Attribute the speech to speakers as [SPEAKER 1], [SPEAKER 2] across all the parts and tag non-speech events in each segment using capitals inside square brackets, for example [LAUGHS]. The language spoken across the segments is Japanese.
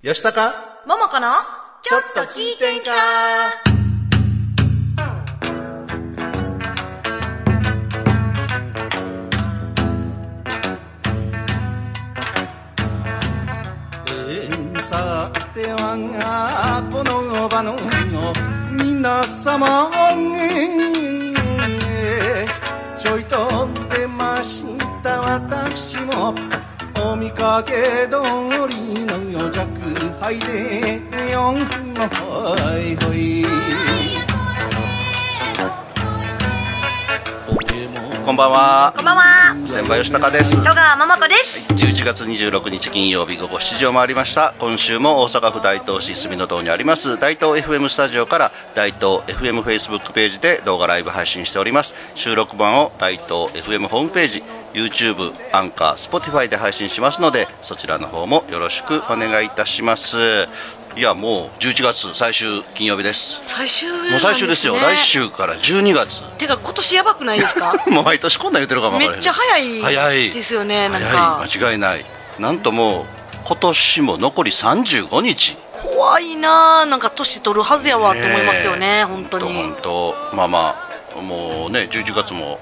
[SPEAKER 1] よしたか
[SPEAKER 2] ももこのちょっと聞いてんか
[SPEAKER 1] さてはこの場の皆様ちょいと出ました私もお見かけ通りの余弱杯で四のほいほいこんばんは
[SPEAKER 2] こんばんは
[SPEAKER 1] 先輩吉高です
[SPEAKER 2] 戸川ももこです
[SPEAKER 1] 11月26日金曜日午後7時を回りました今週も大阪府大東市住の堂にあります大東 FM スタジオから大東 FM フェイスブックページで動画ライブ配信しております収録版を大東 FM ホームページ YouTube、アンカー、Spotify で配信しますのでそちらの方もよろしくお願いいたしますいやもう11月最終金曜日です
[SPEAKER 2] 最終
[SPEAKER 1] もう最終ですよ来週から12月
[SPEAKER 2] てか今年やばくない
[SPEAKER 1] [LAUGHS]
[SPEAKER 2] ですか
[SPEAKER 1] もう毎年こんなん言ってるかもわ
[SPEAKER 2] め
[SPEAKER 1] からへん
[SPEAKER 2] っちゃ早い
[SPEAKER 1] 早い
[SPEAKER 2] ですよねなん
[SPEAKER 1] 早
[SPEAKER 2] か
[SPEAKER 1] い間違いないなんともう今年も残り35日
[SPEAKER 2] 怖いなあなんか年取るはずやわって思いますよね本当に
[SPEAKER 1] 本当まあまあもうね11月も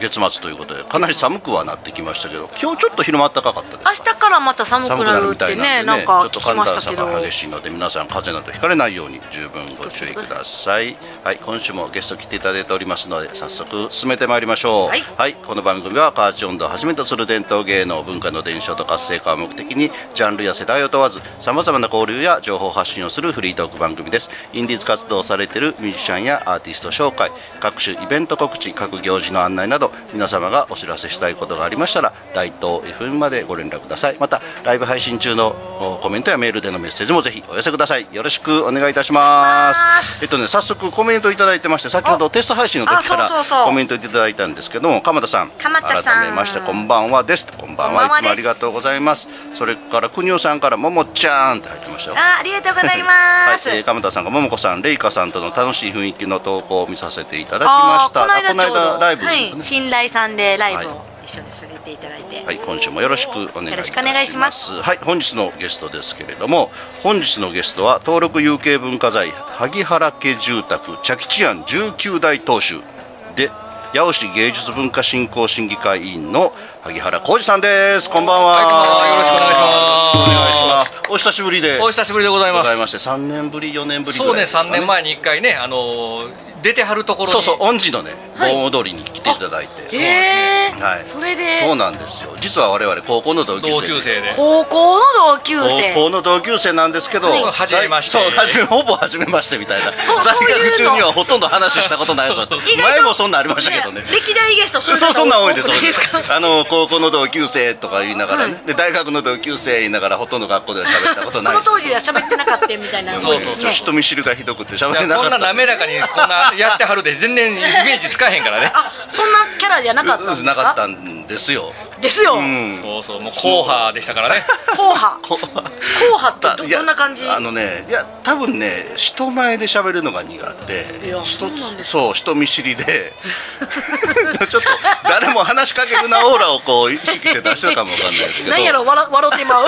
[SPEAKER 1] 月末ということでかなり寒くはなってきましたけど今日ちょっと昼間暖かかったです
[SPEAKER 2] 明日からまた寒く
[SPEAKER 1] 寒く
[SPEAKER 2] な
[SPEAKER 1] なる
[SPEAKER 2] るっ
[SPEAKER 1] みた
[SPEAKER 2] て
[SPEAKER 1] いな
[SPEAKER 2] ね
[SPEAKER 1] んで
[SPEAKER 2] なん
[SPEAKER 1] ね
[SPEAKER 2] か
[SPEAKER 1] ちょっと
[SPEAKER 2] 聞き
[SPEAKER 1] 寒
[SPEAKER 2] ました
[SPEAKER 1] 暖差
[SPEAKER 2] け
[SPEAKER 1] が
[SPEAKER 2] ど
[SPEAKER 1] 激しいので皆さん風邪などひかれないように十分ご注意くださいはい今週もゲスト来ていただいておりますので早速進めてまいりましょう
[SPEAKER 2] はい
[SPEAKER 1] この番組はカーチ音頭をはじめとする伝統芸能文化の伝承と活性化を目的にジャンルや世代を問わずさまざまな交流や情報発信をするフリートーク番組ですインディーズ活動をされているミュージシャンやアーティスト紹介各種イベント告知各行事の案内など皆様がお知らせしたいことがありましたら大東 FM までご連絡くださいまたライブ配信中のおコメントやメールでのメッセージもぜひお寄せくださいよろしくお願いいたします
[SPEAKER 2] お願いします
[SPEAKER 1] えっとね早速コメントいただいてまして先ほどテスト配信の時か
[SPEAKER 2] あそうそうそ
[SPEAKER 1] ら
[SPEAKER 2] う
[SPEAKER 1] コメントいただいたんですけども鎌田さん
[SPEAKER 2] 鎌田さん
[SPEAKER 1] 改めましてこんばんはですこんばんは
[SPEAKER 2] こんばんはい
[SPEAKER 1] つもあ
[SPEAKER 2] です
[SPEAKER 1] りがとうございますそれから国尾さんからももちゃんって入ってましたよ
[SPEAKER 2] あありがとうございます
[SPEAKER 1] はいえー、鎌田さんが桃子さん、レイカさんとの楽しい雰囲気の投稿を見させていただきました。
[SPEAKER 2] あーこの間
[SPEAKER 1] あ
[SPEAKER 2] ちょうど
[SPEAKER 1] ライブ、ね
[SPEAKER 2] はい、信頼さんでライブ
[SPEAKER 1] は
[SPEAKER 2] を一緒にされていただいて、
[SPEAKER 1] はい、今週もよろしくお願いいたします。
[SPEAKER 2] よろしくお願いします
[SPEAKER 1] はい、本日のゲストですけれども、本日のゲストは登録有形文化財萩原家住宅茶吉庵19代当主で八尾市芸術文化振興審議会委員の萩原浩二さんです。こんばんは。
[SPEAKER 3] はいこんばんはよろしくお願いし
[SPEAKER 1] お願いし
[SPEAKER 3] ます
[SPEAKER 1] ます。お久しぶりで
[SPEAKER 3] お久しぶりでございま
[SPEAKER 1] ご
[SPEAKER 3] す
[SPEAKER 1] ざいまして、3年ぶり4年ぶりぐ
[SPEAKER 3] そう
[SPEAKER 1] らい
[SPEAKER 3] ね
[SPEAKER 1] ですかね。
[SPEAKER 3] 3年前に1回ね、あのー出てはるところに
[SPEAKER 1] そうそう、恩師のね、盆踊りに来ていただいて。
[SPEAKER 2] えー
[SPEAKER 1] はい。
[SPEAKER 2] それで
[SPEAKER 1] そうなんですよ。実は我々高校の同級
[SPEAKER 3] 同
[SPEAKER 1] 生。
[SPEAKER 3] 級生で
[SPEAKER 2] 高校の同級生
[SPEAKER 1] 高校の同級生なんですけど、
[SPEAKER 3] はい初めまして
[SPEAKER 1] そう、初めほぼ初めましてみたいな。
[SPEAKER 2] そう
[SPEAKER 1] 在
[SPEAKER 2] そういうの
[SPEAKER 1] 学中にはほとんど話したことないぞ
[SPEAKER 3] そう
[SPEAKER 2] 意。外と
[SPEAKER 1] 前もそんなんありましたけどね。
[SPEAKER 2] 歴代ゲスト
[SPEAKER 1] そうそんなん多いです
[SPEAKER 2] 多くないです
[SPEAKER 1] 多いですあの高校の同級生とか言いながらね、
[SPEAKER 2] は
[SPEAKER 1] で大学の同級生言いながらほとんど学校では喋ったこと
[SPEAKER 2] そ
[SPEAKER 1] ない
[SPEAKER 2] の当時は喋ってなかったみたいな
[SPEAKER 3] そうそうそ
[SPEAKER 1] ちょっと
[SPEAKER 3] う
[SPEAKER 1] 人見知りがひどくて喋れ [LAUGHS]
[SPEAKER 3] い
[SPEAKER 1] な
[SPEAKER 3] や
[SPEAKER 1] か
[SPEAKER 3] こ
[SPEAKER 1] った
[SPEAKER 3] んな滑らかにこんなやってはるで全然イメージつかへんからね
[SPEAKER 2] あそんなキャラじゃなかったんですか
[SPEAKER 1] なかったんですよ、
[SPEAKER 2] ですよ、
[SPEAKER 1] うん、
[SPEAKER 3] そうそうもう硬派でしたからね
[SPEAKER 2] 硬派
[SPEAKER 1] こ
[SPEAKER 2] 硬派って
[SPEAKER 1] い
[SPEAKER 2] ど
[SPEAKER 1] や
[SPEAKER 2] どんな感じ
[SPEAKER 1] あのねいや多分ね人前で喋るのが苦
[SPEAKER 2] い
[SPEAKER 1] 手
[SPEAKER 2] やそ
[SPEAKER 1] 人
[SPEAKER 2] うなんです
[SPEAKER 1] そう人見知りで [LAUGHS] ちょっと誰も話しかけるなオーラをこう意識して出してたかもわかんないですけど
[SPEAKER 2] なんやろ笑笑ってまう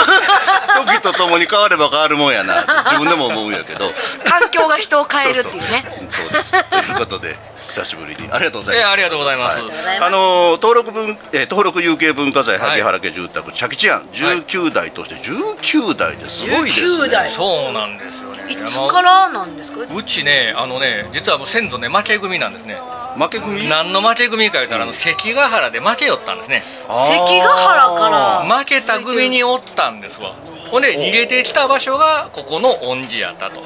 [SPEAKER 1] 時とともに変われば変わるもんやな
[SPEAKER 2] [LAUGHS]
[SPEAKER 1] って自分でも思うんやけど
[SPEAKER 2] 環境が人を変えるっていうね
[SPEAKER 1] そうそうそうですということで久しぶりにありがとうござい
[SPEAKER 3] え
[SPEAKER 1] ます
[SPEAKER 3] ありがとうございます、
[SPEAKER 1] はい
[SPEAKER 2] ざいます
[SPEAKER 1] あのー登録文、えー登録有形文化財
[SPEAKER 3] は
[SPEAKER 1] 萩
[SPEAKER 3] い
[SPEAKER 1] 原家住宅茶吉庵19代として19代ですごいですね
[SPEAKER 2] 19代
[SPEAKER 3] そうなんですよ
[SPEAKER 2] い
[SPEAKER 3] ねや
[SPEAKER 2] つ
[SPEAKER 3] もう
[SPEAKER 2] からなんですか
[SPEAKER 3] うちねあのね実はもう先祖ね負け組なんですね
[SPEAKER 1] 負け組
[SPEAKER 3] 何の負け組か言ったらあの関ヶ原で負けよったんですね
[SPEAKER 2] 関ヶ原から
[SPEAKER 3] 負けた組におったんですわほんで逃げてきた場所がここの恩寺やったと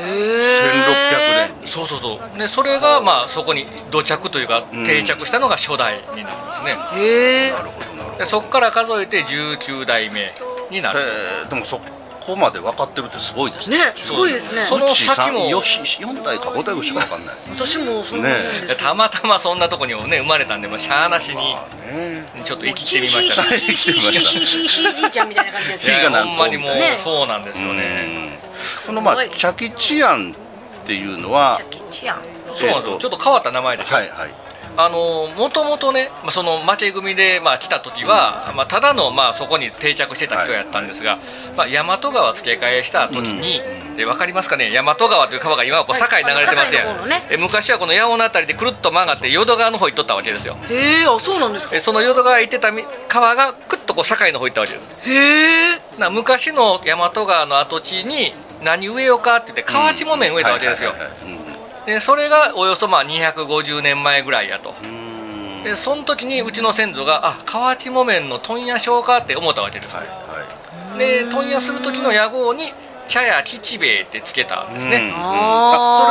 [SPEAKER 2] へ
[SPEAKER 1] 1600年
[SPEAKER 3] そうそうそうでそれがまあそこに土着というか
[SPEAKER 1] うん
[SPEAKER 3] 定着したのが初代になるんですね、
[SPEAKER 2] ーへえ
[SPEAKER 1] なるほどなるほど
[SPEAKER 3] でそこから数えて19代目になる
[SPEAKER 1] えーでもそこまで分かってるってすごいですね
[SPEAKER 2] ねすごいですね
[SPEAKER 3] そう
[SPEAKER 1] ちさん
[SPEAKER 3] その先も
[SPEAKER 1] よし4代か5代ぐらいしか分かんない
[SPEAKER 2] 私もそうなん
[SPEAKER 3] で
[SPEAKER 2] です
[SPEAKER 3] たまたまそんなとこにもね生まれたんでもうしゃあなしに
[SPEAKER 1] ね
[SPEAKER 3] ちょっと生きてみましたね
[SPEAKER 1] 生きてみました
[SPEAKER 2] ひひひひひじいちゃんみたいな感じです
[SPEAKER 1] ひひ
[SPEAKER 2] ね
[SPEAKER 1] がな
[SPEAKER 3] ほんまにもう
[SPEAKER 2] ね
[SPEAKER 3] そうなんですよね
[SPEAKER 1] このま
[SPEAKER 2] すご
[SPEAKER 1] あ
[SPEAKER 2] い
[SPEAKER 1] チャキチアンっていうのは
[SPEAKER 2] ジャッキーチアン
[SPEAKER 3] そうなんです
[SPEAKER 1] えー
[SPEAKER 3] よ
[SPEAKER 1] と
[SPEAKER 3] ちょっと変わった名前でしょ
[SPEAKER 1] はいはい
[SPEAKER 3] あのもともとね、まあその負け組でまあ来た時は、まあただのまあそこに定着してた人やったんですが、まあ大和川付け替えした時に、でわかりますかね、大和川という川が今はこ
[SPEAKER 2] は
[SPEAKER 3] う
[SPEAKER 2] い
[SPEAKER 3] 堺に流れてますや
[SPEAKER 2] あの堺の方の
[SPEAKER 3] ん。
[SPEAKER 2] ね
[SPEAKER 3] え昔はこの八尾のあたりでくるっと曲がって淀川の方行っとったわけですよ。
[SPEAKER 2] へえあそうなんですか
[SPEAKER 3] えその淀川行ってたみ川がくっとこう堺の方行ったわけです。
[SPEAKER 2] へえ
[SPEAKER 3] な昔の大和川の跡地に何植えようかって言って河内木綿植えたわけですよ、
[SPEAKER 1] はいはいはいはい
[SPEAKER 3] でそれがおよそまあ250年前ぐらいやと
[SPEAKER 1] うんうん
[SPEAKER 3] でその時にうちの先祖があ河内木綿の問屋商かって思ったわけです、
[SPEAKER 1] はいは
[SPEAKER 3] で問屋する時の屋号に茶屋吉兵衛ってつけたん
[SPEAKER 1] いう
[SPEAKER 3] です
[SPEAKER 1] んうん
[SPEAKER 3] ね、
[SPEAKER 1] あそれ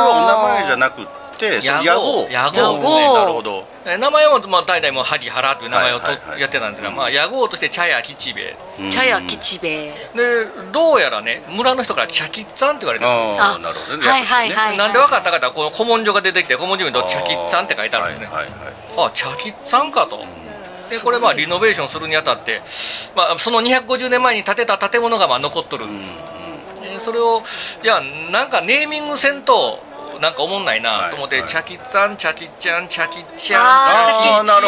[SPEAKER 1] はお名前じゃなくてその
[SPEAKER 3] 屋
[SPEAKER 1] 屋
[SPEAKER 3] 号
[SPEAKER 1] 号
[SPEAKER 3] 屋
[SPEAKER 2] 号
[SPEAKER 1] うんなるほど
[SPEAKER 3] え名前はまあ代々もう萩原という名前をと、
[SPEAKER 1] はいはいはい
[SPEAKER 3] やってたんですが、まあ、屋号として茶屋吉兵衛
[SPEAKER 1] うん
[SPEAKER 2] 茶屋吉兵衛
[SPEAKER 3] でどうやらね村の人から茶吉さんって言われてる
[SPEAKER 1] ああ
[SPEAKER 2] あ
[SPEAKER 1] なるほどね
[SPEAKER 2] はいはいはい
[SPEAKER 3] なんで分かったかというとこの古文書が出てきて古文書にと「茶吉さん」って書いてあるんですね
[SPEAKER 1] はいはいはい
[SPEAKER 3] あ茶吉さんかと。でこれまあリノベーションするにあたって、まあ、その250年前に建てた建物がまあ残っとる、でそれをじゃあなんかネーミングせんとなんかおもんないなと思って「
[SPEAKER 1] はい
[SPEAKER 3] 茶吉さん茶吉ちゃん茶吉ちゃん
[SPEAKER 2] あ
[SPEAKER 1] ーなる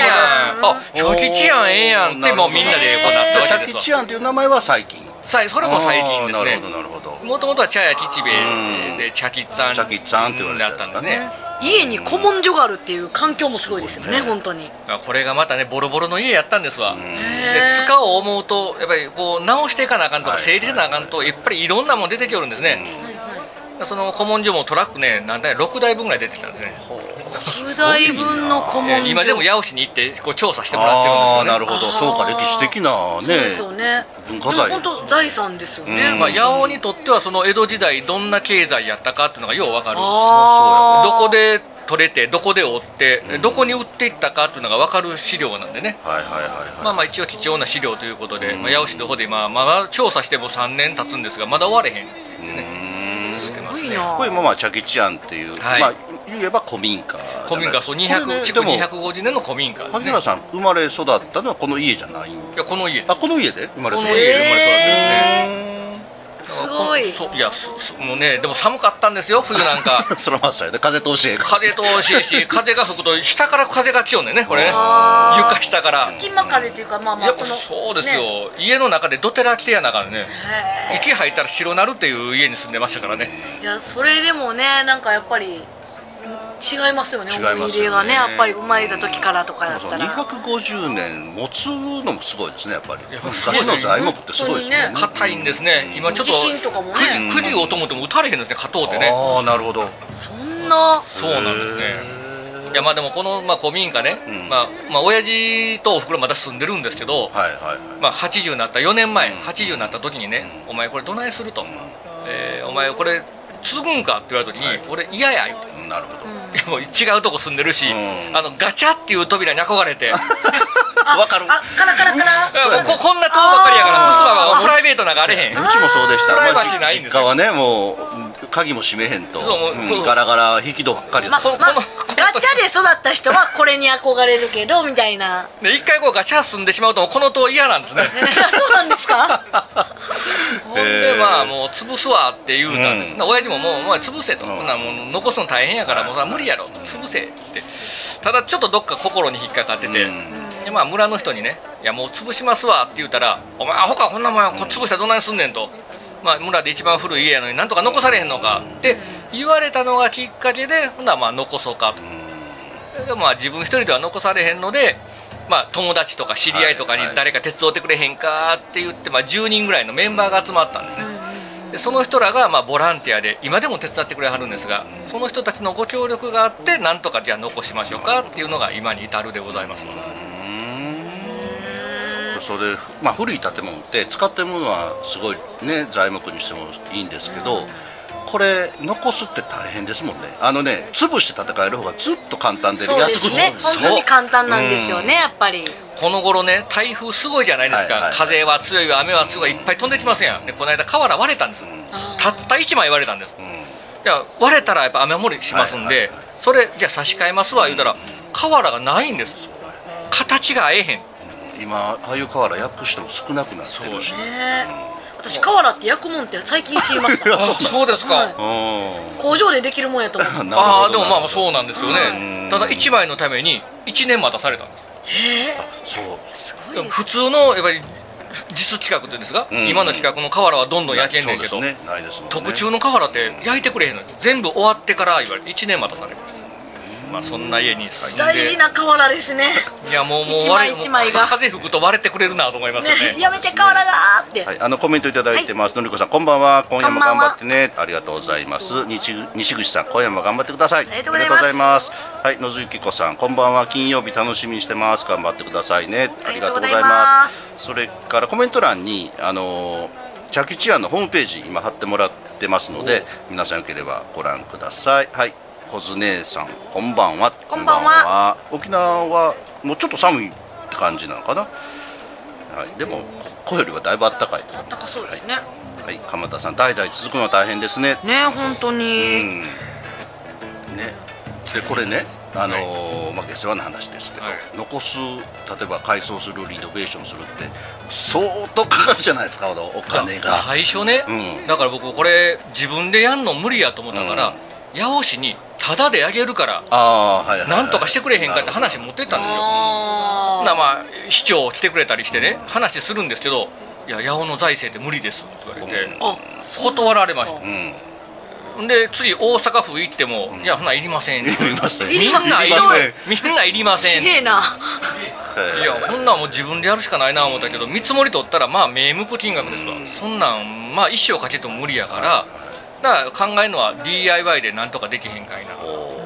[SPEAKER 1] ほど
[SPEAKER 3] あ茶吉ちゃんええやん」ってもうみんなでこうなったわ
[SPEAKER 1] 茶
[SPEAKER 3] けです
[SPEAKER 1] 吉
[SPEAKER 3] わ
[SPEAKER 1] 庵という名前は最近
[SPEAKER 3] さいそれも最近です
[SPEAKER 1] あーなる
[SPEAKER 3] ね
[SPEAKER 1] ほどなるほど
[SPEAKER 3] もともとは茶屋吉兵衛
[SPEAKER 1] う
[SPEAKER 3] で茶吉さん
[SPEAKER 1] 茶吉さんって言われ
[SPEAKER 3] だ
[SPEAKER 1] て
[SPEAKER 3] った
[SPEAKER 1] た
[SPEAKER 3] ん
[SPEAKER 1] ん
[SPEAKER 3] で
[SPEAKER 1] ですす
[SPEAKER 3] ね
[SPEAKER 1] ね
[SPEAKER 2] 家に古文書があるっていう環境もすごいですよ
[SPEAKER 1] すご
[SPEAKER 2] ね
[SPEAKER 1] いね
[SPEAKER 2] 本当に
[SPEAKER 3] まあこれがまたねボロボロの家やったんですわ、で
[SPEAKER 2] へー
[SPEAKER 3] 塚を思うとやっぱりこう直していかなあかんとか
[SPEAKER 1] はい
[SPEAKER 3] 整理せなあかんとやっぱりいろんなもん出てきおるんですね、その古文書もトラックね何台6台分ぐらい出てきたんですね、
[SPEAKER 2] 不代分の古文
[SPEAKER 3] え
[SPEAKER 2] 書
[SPEAKER 3] ー今でも八尾市に行ってこう調査してもら
[SPEAKER 1] あ
[SPEAKER 3] っ
[SPEAKER 1] あー
[SPEAKER 3] てるん
[SPEAKER 1] な
[SPEAKER 3] で
[SPEAKER 1] る
[SPEAKER 3] すよね
[SPEAKER 1] ほどそうか
[SPEAKER 2] あー
[SPEAKER 1] 歴史的な
[SPEAKER 2] そうですよ
[SPEAKER 1] ね
[SPEAKER 2] ね
[SPEAKER 1] 文化財
[SPEAKER 2] でも本当財産ですよね
[SPEAKER 1] うん
[SPEAKER 3] まあ、八尾にとってはその江戸時代どんな経済やったかっていうのがようわかるんです
[SPEAKER 2] あー
[SPEAKER 3] どこで取れてどこで追ってどこに売っていったかっていうのがわかる資料なんでね
[SPEAKER 1] はいはいはい
[SPEAKER 3] ま
[SPEAKER 1] は
[SPEAKER 3] あまあ一応貴重な資料ということで、まあ、八尾市の方で今まだ調査しても3年経つんですがまだ終われへん
[SPEAKER 1] いうん
[SPEAKER 3] 続け
[SPEAKER 2] す
[SPEAKER 3] ま
[SPEAKER 2] ご
[SPEAKER 3] す
[SPEAKER 2] い
[SPEAKER 3] ね
[SPEAKER 2] な
[SPEAKER 1] これもまあ茶吉庵っていう
[SPEAKER 3] はい
[SPEAKER 1] まあ言えば古民家じゃない
[SPEAKER 3] 古民家そう
[SPEAKER 1] これ
[SPEAKER 3] 200
[SPEAKER 1] ね
[SPEAKER 3] 築
[SPEAKER 1] でも
[SPEAKER 3] 250年の古民家です
[SPEAKER 1] 萩
[SPEAKER 3] ね
[SPEAKER 1] 原さん生まれ育ったのはこの家じゃない
[SPEAKER 3] いやこの家です
[SPEAKER 1] あこの家で生まれ育
[SPEAKER 3] こ
[SPEAKER 1] っ
[SPEAKER 3] の家で生まれ育ってるんですね
[SPEAKER 2] へすごい
[SPEAKER 3] そういやそそもうねでも寒かったんですよ冬なん
[SPEAKER 2] [LAUGHS]
[SPEAKER 3] か
[SPEAKER 1] たそれはまあそうやね風通しええから
[SPEAKER 3] 風通しいいし風が吹くと下から風が来よんねんねこれね
[SPEAKER 2] あー
[SPEAKER 3] 床下から
[SPEAKER 2] 隙間風っていうかまあまあ
[SPEAKER 3] やっぱ
[SPEAKER 2] この
[SPEAKER 3] そうです
[SPEAKER 2] ね
[SPEAKER 3] よ家の中でどてら来てやながらね
[SPEAKER 2] へ
[SPEAKER 3] 息吐いたら白なるっていう家に住んでましたからね
[SPEAKER 2] ーいやそれでもねなんかやっぱり違いますよね
[SPEAKER 1] 違い
[SPEAKER 2] 思い
[SPEAKER 1] ますよね
[SPEAKER 2] 入れがねやっぱり生まれた時からとかだっ
[SPEAKER 1] そ
[SPEAKER 2] た
[SPEAKER 1] う
[SPEAKER 2] ら
[SPEAKER 1] 250年持つのもすごいですねやっぱり
[SPEAKER 3] や
[SPEAKER 1] 昔の材木ってすごいですもんね
[SPEAKER 2] 本
[SPEAKER 3] 硬いんですね今ちょっと
[SPEAKER 2] 地震とかもね
[SPEAKER 3] くじくじをと思っても打たれへんのですね勝とうってね
[SPEAKER 1] ああなるほど
[SPEAKER 2] そんな
[SPEAKER 3] そうなんですねいやまあでもこの、まあ、古民家ね、
[SPEAKER 1] ん
[SPEAKER 3] まあ、まあ親父とおふくろまだ住んでるんですけど、
[SPEAKER 1] はいはいはい
[SPEAKER 3] まあ、80になった4年前、80になった時にね「お前これどないする?」と「えーお前これ続くんか?」って言われた時に「
[SPEAKER 1] はい
[SPEAKER 3] 俺嫌や」言うて
[SPEAKER 1] うんなるほど
[SPEAKER 3] いやもう違うとこ住んでるし、
[SPEAKER 1] うん
[SPEAKER 3] あのガチャっていう扉に憧れ
[SPEAKER 1] [LAUGHS]
[SPEAKER 3] ていや
[SPEAKER 2] あ
[SPEAKER 1] わかる
[SPEAKER 2] あカラカラカラ
[SPEAKER 1] そうやね
[SPEAKER 3] もうここんな塔ばっかりやから
[SPEAKER 2] あー
[SPEAKER 3] ふすまがプライベートなんかあれへん
[SPEAKER 1] [LAUGHS] うちもそうでした
[SPEAKER 3] プライ
[SPEAKER 1] ま
[SPEAKER 3] バ
[SPEAKER 1] あ
[SPEAKER 3] シーないん
[SPEAKER 1] 実
[SPEAKER 3] です
[SPEAKER 1] 家
[SPEAKER 3] よ
[SPEAKER 1] はねもう鍵も閉めへんと
[SPEAKER 3] そうもう
[SPEAKER 1] うん
[SPEAKER 3] そう
[SPEAKER 1] ガラガラ引き戸ばっかり
[SPEAKER 2] ま
[SPEAKER 1] だ
[SPEAKER 2] あ
[SPEAKER 1] っ
[SPEAKER 3] こ
[SPEAKER 1] た
[SPEAKER 3] の
[SPEAKER 2] まあ
[SPEAKER 3] この
[SPEAKER 2] ガチャで育った人はこれに憧れるけどみたいな
[SPEAKER 1] [LAUGHS]
[SPEAKER 3] で一回こうガチャ住んでしまうとこの塔嫌なんですね
[SPEAKER 2] そうなんですか
[SPEAKER 3] ほんでまあもう潰すわって言うたんです、
[SPEAKER 1] うん
[SPEAKER 3] な親父ももう「お前潰せ」と「
[SPEAKER 1] うん
[SPEAKER 3] ほんならもう残すの大変やからもうそれは無理やろ」潰せ」ってただちょっとどっか心に引っかかってて、
[SPEAKER 1] うん
[SPEAKER 3] でまあ村の人にね「いやもう潰しますわ」って言うたら「お前アホかこんなもんこ潰したらどんなにすんねん」と。まあ、村で一番古い家やのになんとか残されへんのかって言われたのがきっかけでほんならまあ残そうかとでまあ自分一人では残されへんので、まあ、友達とか知り合いとかに
[SPEAKER 1] はいはい
[SPEAKER 3] 誰か手伝ってくれへんかって言って、まあ、10人ぐらいのメンバーが集まったんですねでその人らがまあボランティアで今でも手伝ってくれはるんですがその人たちのご協力があってなんとかじゃあ残しましょうかっていうのが今に至るでございます
[SPEAKER 1] それまあ古い建物って使ってるものはすごいね材木にしてもいいんですけどこれ残すって大変ですもんねあのね潰して建て替える方がずっと簡単で
[SPEAKER 2] そうで
[SPEAKER 1] 安く
[SPEAKER 2] す
[SPEAKER 1] 済
[SPEAKER 2] ね
[SPEAKER 1] むんですよ
[SPEAKER 2] 本当に簡単なんですよねやっぱり
[SPEAKER 3] この頃ね台風すごいじゃないですか、
[SPEAKER 1] はいはい
[SPEAKER 3] 風は強いわ雨は強いいっぱい飛んできますやんでこの間瓦割れたんです
[SPEAKER 2] あー
[SPEAKER 3] たった1枚割れたんです
[SPEAKER 1] うん
[SPEAKER 3] いや割れたらやっぱ雨漏りしますんで、
[SPEAKER 1] はいはいはい
[SPEAKER 3] それじゃあ差し替えますわ言うたら瓦がないんです形が合えへん
[SPEAKER 1] 今ああいう瓦訳しても少なくなってるし
[SPEAKER 2] ねえ私瓦って焼くもんって最近知りました
[SPEAKER 1] あそうなんですか
[SPEAKER 3] そうですか、
[SPEAKER 2] はい工場でできるもんやと思って
[SPEAKER 1] うん [LAUGHS] なる
[SPEAKER 3] あ
[SPEAKER 1] ほ
[SPEAKER 3] あで
[SPEAKER 1] ど
[SPEAKER 3] も
[SPEAKER 1] な
[SPEAKER 3] まあそうなんですよ
[SPEAKER 1] う
[SPEAKER 3] ね
[SPEAKER 1] ん
[SPEAKER 3] ただ1枚のために1年待たされたんです
[SPEAKER 1] そう
[SPEAKER 2] すごい
[SPEAKER 3] でも
[SPEAKER 2] です
[SPEAKER 3] 普通のやっぱり実企画っていうんですか、
[SPEAKER 1] うん
[SPEAKER 3] 今の企画の瓦はどんどん焼けんねんけ
[SPEAKER 1] そう
[SPEAKER 3] ど、
[SPEAKER 1] ですねないですもんね
[SPEAKER 3] 特注の瓦って焼いてくれへんのに全部終わってから言われて1年待たされましたまあそんな家に住んで
[SPEAKER 2] 大事な瓦ですね
[SPEAKER 3] いやもうもう
[SPEAKER 2] 一枚
[SPEAKER 3] 割れもう
[SPEAKER 2] 一枚が
[SPEAKER 3] 風吹くと割れてくれるなと思いますよね
[SPEAKER 2] ねやめて瓦がーって、
[SPEAKER 1] はい、あのコメントいただいてます、のりこさん、こんばんは、今夜
[SPEAKER 2] こん
[SPEAKER 1] も
[SPEAKER 2] ば
[SPEAKER 1] 頑
[SPEAKER 2] んは
[SPEAKER 1] 張ってね、ありがとうございます。西西口さん、今夜も頑張ってください。あ
[SPEAKER 2] りがとうございます
[SPEAKER 1] りがとうございますはい、野津ゆき子さん、こんばんは、金曜日楽しみにしてます、頑張ってくださいね。ありがとうございます。それからコメント欄に、あのーチャキチアンのホームページ、今貼ってもらってますので、皆さんよければご覧ください。はい、小津姉さん、こんばんは。
[SPEAKER 2] こんばんは
[SPEAKER 1] 沖縄はもうちょっと寒いって感じなのかな。はい、でも、ここよりはだいぶ暖かいと思います。
[SPEAKER 2] 高そうですね
[SPEAKER 1] はい、鎌田さん、代々続くのは大変ですね。
[SPEAKER 2] ね本当
[SPEAKER 1] う
[SPEAKER 2] に、
[SPEAKER 1] ん。ね。で、これね、あのーまあ、下世話な話ですけど、
[SPEAKER 3] はい
[SPEAKER 1] 残す、例えば改装する、リノベーションするって。相当かかるじゃないですか、あのお金が。
[SPEAKER 3] 最初ね、
[SPEAKER 1] うん
[SPEAKER 3] だから僕これ自分でやんの無理やと思ったから、八尾市にタダであげるから
[SPEAKER 1] ああ、はい、はいはい。
[SPEAKER 3] なんとかしてくれへんかって話持ってったんですよほんな
[SPEAKER 2] あ
[SPEAKER 3] らまあ市長来てくれたりしてね話するんですけど「いや八尾の財政って無理です」って言われて
[SPEAKER 2] ーあ
[SPEAKER 3] 断られまし
[SPEAKER 1] うん。うん。
[SPEAKER 3] たで次大阪府行っても「いやほないりません」って
[SPEAKER 1] いりません
[SPEAKER 3] みんないい
[SPEAKER 1] り
[SPEAKER 3] り
[SPEAKER 1] ま
[SPEAKER 3] ま
[SPEAKER 1] せ
[SPEAKER 3] せ
[SPEAKER 1] ん
[SPEAKER 3] んみんないりません
[SPEAKER 2] 綺麗な
[SPEAKER 3] いやこんなんもう自分でやるしかないな思ったけど見積もり取ったらまあ名目金額ですわそんなんまあ一生かけても無理やからだから考えるのは DIY でなんとかできへんかいな
[SPEAKER 1] こ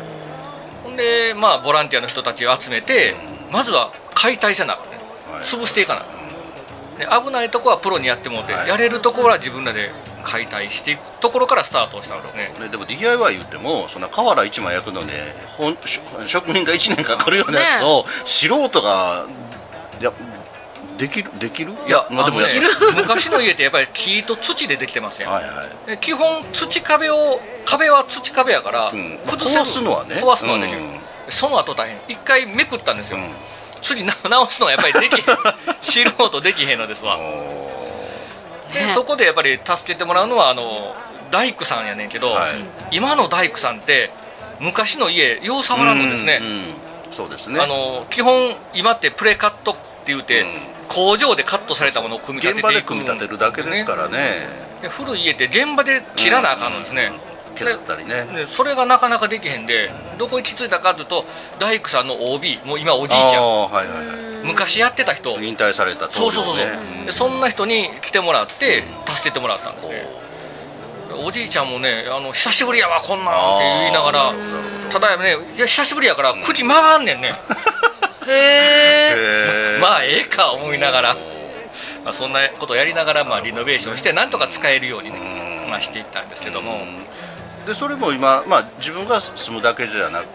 [SPEAKER 3] ほんでまあボランティアの人たちを集めてまずは解体せなあかんね
[SPEAKER 1] はい
[SPEAKER 3] 潰していかなあかんで危ないとこはプロにやってもうて
[SPEAKER 1] はい
[SPEAKER 3] やれるところは自分らで解体していくところからスタートしたんですね
[SPEAKER 1] うね、でも DIY 言ってもそんな瓦一枚焼くのに、ほんし職人が1年かかるようなやつを、素人がいやできるできる
[SPEAKER 3] いや
[SPEAKER 1] まあ、
[SPEAKER 3] あ
[SPEAKER 1] で
[SPEAKER 3] の
[SPEAKER 1] も
[SPEAKER 3] ね
[SPEAKER 1] やる
[SPEAKER 3] 昔の家ってやっぱり木と土でできてますやん
[SPEAKER 1] はいはい
[SPEAKER 3] え基本土壁を壁は土壁やから、
[SPEAKER 1] うん
[SPEAKER 3] 崩せ
[SPEAKER 1] まあ
[SPEAKER 3] る
[SPEAKER 1] 壊すのはね
[SPEAKER 3] 壊すのはできる、
[SPEAKER 1] うん
[SPEAKER 3] その後大変一回めくったんですよ、
[SPEAKER 1] うん
[SPEAKER 3] 次な [LAUGHS] 直すのはやっぱりでき
[SPEAKER 1] [LAUGHS]
[SPEAKER 3] 素人できへんのですわで
[SPEAKER 2] ね
[SPEAKER 3] そこでやっぱり助けてもらうのはあの大工さんやねんけど、
[SPEAKER 1] はい
[SPEAKER 3] 今の大工さんって昔の家よう触らんのですね、
[SPEAKER 1] うんうんそうですね
[SPEAKER 3] あの基本今ってプレカットって言うて、
[SPEAKER 1] うん
[SPEAKER 3] 工場でカットされたものを組み立
[SPEAKER 1] 現
[SPEAKER 3] て
[SPEAKER 1] 場
[SPEAKER 3] て
[SPEAKER 1] で
[SPEAKER 3] いく
[SPEAKER 1] 組み立てるだけですからね
[SPEAKER 3] で古い家って現場で切らなあかんのですね、
[SPEAKER 1] うん削ったりね
[SPEAKER 3] でそれがなかなかできへんでどこ行き着いたかというと大工さんの OB もう今おじいち
[SPEAKER 1] あ
[SPEAKER 3] ゃん
[SPEAKER 1] あはいはいは
[SPEAKER 3] 昔やってた人
[SPEAKER 1] い引退された
[SPEAKER 3] そ
[SPEAKER 1] 棟
[SPEAKER 3] うそう
[SPEAKER 1] 梁
[SPEAKER 3] そうそう、
[SPEAKER 1] ね
[SPEAKER 3] でそんな人に来てもらって助けてもらったんですねおじいちゃんもねあの久しぶりやわこんなんって言いなが
[SPEAKER 1] あ
[SPEAKER 3] ら
[SPEAKER 1] ーなるほどなる
[SPEAKER 3] ただねいや久しぶりやから釘曲がんねんね、
[SPEAKER 2] へえ
[SPEAKER 1] へえ
[SPEAKER 3] [LAUGHS] まあええか思いながら、まあ、そんなことやりながら、まあ、リノベーションしてなんとか使えるようにね、
[SPEAKER 1] うん
[SPEAKER 3] まあ、していったんですけども、
[SPEAKER 1] でそれも今まあ自分が住むだけじゃなく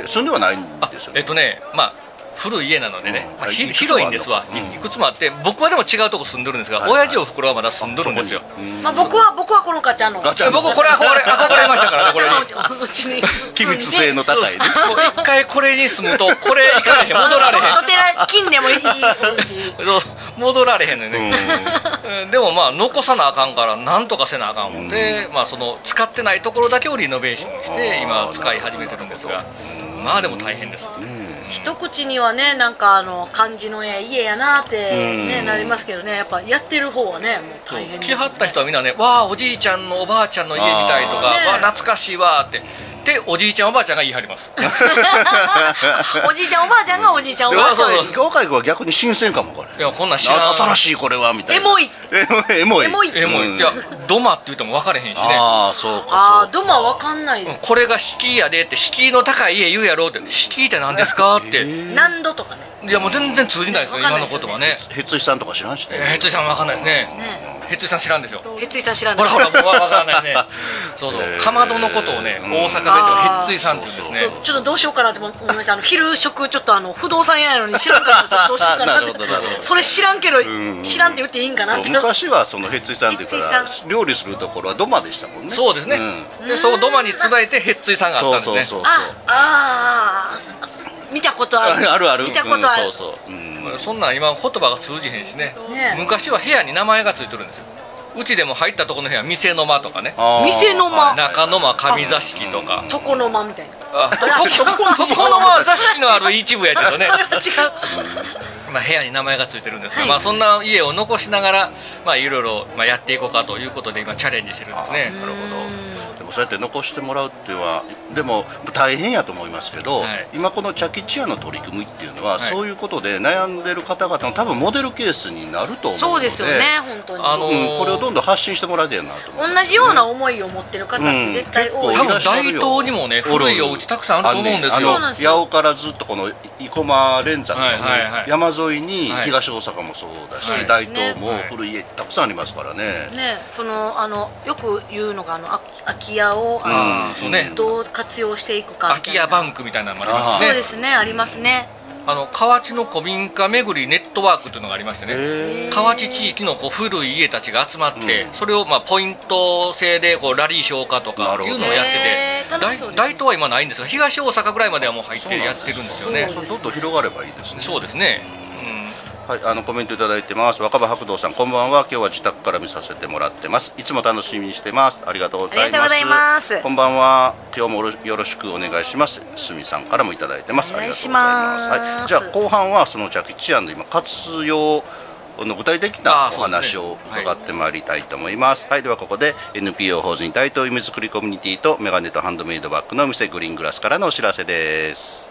[SPEAKER 1] て住んではないん
[SPEAKER 3] あ
[SPEAKER 1] ですよ
[SPEAKER 3] え
[SPEAKER 1] ね
[SPEAKER 3] っとねまあ古い家なのでね、
[SPEAKER 1] うん
[SPEAKER 3] まあひ
[SPEAKER 1] いくつも
[SPEAKER 3] 広いんですわ
[SPEAKER 1] あんのか
[SPEAKER 3] いいくつもあって僕はでも違うとこ住んでるんですが、
[SPEAKER 1] はいはい
[SPEAKER 3] 親父おふくろはまだ住んでるんですよ
[SPEAKER 1] そこにうん
[SPEAKER 2] まあ僕は僕はこのガチャの
[SPEAKER 1] ガチ
[SPEAKER 2] ャ
[SPEAKER 1] ャ
[SPEAKER 3] え僕これ憧れ憧れましたからねこれ
[SPEAKER 2] のうちうちに
[SPEAKER 1] [LAUGHS] 機密性の高いね
[SPEAKER 3] もう一回これに住むとこれ行かれへん戻られへん
[SPEAKER 2] お寺金でもいいお家
[SPEAKER 3] そう戻られへんのよ
[SPEAKER 1] う
[SPEAKER 3] ね、
[SPEAKER 1] ん
[SPEAKER 3] うんでもまあ残さなあかんからなんとかせなあかんもんで、まあ、その使ってないところだけをリノベーションして
[SPEAKER 1] あー
[SPEAKER 3] 今使い始めてるんですがまあでも大変です
[SPEAKER 2] 一口にはねなんかあの感じのええ家やなって
[SPEAKER 1] う
[SPEAKER 2] ね
[SPEAKER 1] ん
[SPEAKER 2] なりますけどねやっぱやってる方はねもう大
[SPEAKER 1] [LAUGHS]
[SPEAKER 2] 変
[SPEAKER 3] 来はった人はみんなね「わあおじいちゃんのおばあちゃんの家みたい」とか
[SPEAKER 2] あーね
[SPEAKER 3] 「わあ懐かしいわ」ってでおじいちゃんおばあちゃんが言い張ります
[SPEAKER 2] おじいちゃんおばあちゃんがおじいちゃんおばあちゃん
[SPEAKER 3] そうそう
[SPEAKER 1] 若い子は逆に新鮮かもこれ
[SPEAKER 3] いやこんなん知ら
[SPEAKER 1] あ
[SPEAKER 3] ん
[SPEAKER 1] 新しいこれはみたいな
[SPEAKER 2] エモい
[SPEAKER 1] [LAUGHS] エモい
[SPEAKER 2] エモい
[SPEAKER 3] えもう、
[SPEAKER 1] うん
[SPEAKER 3] いや土間って言っても分かれへんしね
[SPEAKER 1] ああそうか
[SPEAKER 2] あ
[SPEAKER 1] そう
[SPEAKER 2] あどまわかんない
[SPEAKER 3] うんこれが敷居やでって敷居の高い家言うやろって敷居って何ですかって、
[SPEAKER 2] 何度とかね
[SPEAKER 3] いやもう全然通じないですよ、
[SPEAKER 2] ねわかんない
[SPEAKER 3] 今の
[SPEAKER 2] です
[SPEAKER 3] 言
[SPEAKER 2] よね
[SPEAKER 3] 葉ね
[SPEAKER 1] ヘッツイさんとか知らんしね
[SPEAKER 3] えーヘッドさん分かんないですね
[SPEAKER 2] ね
[SPEAKER 3] ヘッドさん知らんでしょ
[SPEAKER 2] えついさん知らな
[SPEAKER 3] ほ
[SPEAKER 2] い
[SPEAKER 3] らほらもう分からないねそうそう、
[SPEAKER 1] えー
[SPEAKER 3] かまどのことをね
[SPEAKER 1] うん
[SPEAKER 3] 大阪弁ではヘッツイさんって言うんですね
[SPEAKER 2] そうちょっとどうしようかなって思いましたあの昼食ちょっとあの不動産屋やのに知らんからちょっとどうしようかなって
[SPEAKER 1] [LAUGHS] なるほどなるほど
[SPEAKER 2] それ知らんけど
[SPEAKER 1] ん
[SPEAKER 2] 知らんって言っていいんかなっ
[SPEAKER 1] そう
[SPEAKER 2] て
[SPEAKER 1] 昔はそのヘッツイさんっていうか
[SPEAKER 2] ヘ
[SPEAKER 1] ら
[SPEAKER 2] ッツイ
[SPEAKER 1] 料理するところは土間でしたもんね
[SPEAKER 3] そうですね、
[SPEAKER 1] ん
[SPEAKER 3] でそう土間につないでヘッツイさんがあったん
[SPEAKER 1] そ
[SPEAKER 3] で
[SPEAKER 1] う
[SPEAKER 3] す
[SPEAKER 1] そうそうそ
[SPEAKER 3] ね
[SPEAKER 1] う
[SPEAKER 2] ああー見たことあ
[SPEAKER 3] [LAUGHS]
[SPEAKER 2] る
[SPEAKER 1] あるある
[SPEAKER 2] 見たことある、
[SPEAKER 1] うんそうそううん
[SPEAKER 3] そんなん今言葉が通じへんしね
[SPEAKER 2] ねえ
[SPEAKER 3] 昔は部屋に名前がついてるんですよ
[SPEAKER 1] う
[SPEAKER 3] うちでも入ったとこの部屋店の間とかね
[SPEAKER 1] あー
[SPEAKER 2] 店の間
[SPEAKER 3] 中の間上座敷とか
[SPEAKER 2] 床の間みたいな。
[SPEAKER 3] あと
[SPEAKER 2] あ
[SPEAKER 3] とと
[SPEAKER 2] そ
[SPEAKER 3] この間座敷のある一部やけどね
[SPEAKER 2] [LAUGHS] それは違う。
[SPEAKER 3] まあ、部屋に名前が付いてるんですが、
[SPEAKER 2] はい
[SPEAKER 3] まあ、そんな家を残しながら、まあ、いろいろ、まあ、やっていこうかということで今チャレンジしてるんですねなる
[SPEAKER 1] でもそうやって残してもらうっていうのはでも大変やと思いますけど、
[SPEAKER 3] はい
[SPEAKER 1] 今この茶吉屋の取り組みっていうのは、
[SPEAKER 3] はい
[SPEAKER 1] そういうことで悩んでる方々の多分モデルケースになると思うので
[SPEAKER 2] そうですよね、本当に。
[SPEAKER 3] あ
[SPEAKER 1] う
[SPEAKER 3] の
[SPEAKER 1] ん、これをどんどん発信してもらえたらなと思う
[SPEAKER 2] 同じような思いを持ってる方って絶対多い。
[SPEAKER 3] うん結構多い多分大東にもね古いお家たくさんあると思うんですよ
[SPEAKER 1] あの
[SPEAKER 2] そうなんですよ
[SPEAKER 1] 八尾からずっとこの生駒連山のね、
[SPEAKER 3] はいはいはい
[SPEAKER 1] 山沿いに
[SPEAKER 3] はい
[SPEAKER 1] 東大阪もそうだし、
[SPEAKER 3] はい
[SPEAKER 1] 大東も
[SPEAKER 3] はい
[SPEAKER 1] 古い家たくさんありますからね、
[SPEAKER 2] ね、そのあのよく言うのがあのあ空き家をあ
[SPEAKER 3] あー
[SPEAKER 2] の、
[SPEAKER 3] そうね
[SPEAKER 2] どう活用していくか
[SPEAKER 3] 空
[SPEAKER 2] みた
[SPEAKER 3] き
[SPEAKER 2] いな
[SPEAKER 3] 家バンクみたいなのもありま
[SPEAKER 1] あ
[SPEAKER 3] す
[SPEAKER 2] そ
[SPEAKER 1] ー
[SPEAKER 2] う
[SPEAKER 3] ね
[SPEAKER 2] ですねありますね。
[SPEAKER 3] あの河内の古民家巡りネットワークというのがありまして
[SPEAKER 1] へ
[SPEAKER 3] ね
[SPEAKER 1] ー
[SPEAKER 3] 河内地域のこう古い家たちが集まって、
[SPEAKER 1] うん
[SPEAKER 3] それをまあポイント制でこうラリー消化と
[SPEAKER 1] な
[SPEAKER 3] か
[SPEAKER 1] るほ
[SPEAKER 3] い
[SPEAKER 1] ど
[SPEAKER 3] うのをやって
[SPEAKER 2] へー
[SPEAKER 3] て、
[SPEAKER 2] 楽
[SPEAKER 3] 大
[SPEAKER 2] しそうですね
[SPEAKER 3] 大東は今ないんですが東大阪ぐらいまではもう入ってやってるんですよね
[SPEAKER 2] そうなんです
[SPEAKER 1] どんどん広がればいいですね
[SPEAKER 3] そうですね、うん
[SPEAKER 1] はい、あのコメントいただいてます。若葉白道さん、こんばんは。今日は自宅から見させてもらってます。いつも楽しみにしてます。ありがとうございます。
[SPEAKER 2] ありがとうございます
[SPEAKER 1] こんばんは。今日もよろよろしくお願いします。すみさんからもいただいてます。
[SPEAKER 2] お願いし
[SPEAKER 1] あ
[SPEAKER 2] ま
[SPEAKER 1] り
[SPEAKER 2] す
[SPEAKER 1] がとうございます。はい、じゃあ後半はその着地案の今活用の具体的な
[SPEAKER 3] あー
[SPEAKER 1] お
[SPEAKER 3] そうで
[SPEAKER 1] 話
[SPEAKER 3] すね
[SPEAKER 1] を伺ってまいりたいと思います。はい、ではここで NPO 法人大東夢作りコミュニティとメガネとハンドメイドバッグのお店グリーングラスからのお知らせです。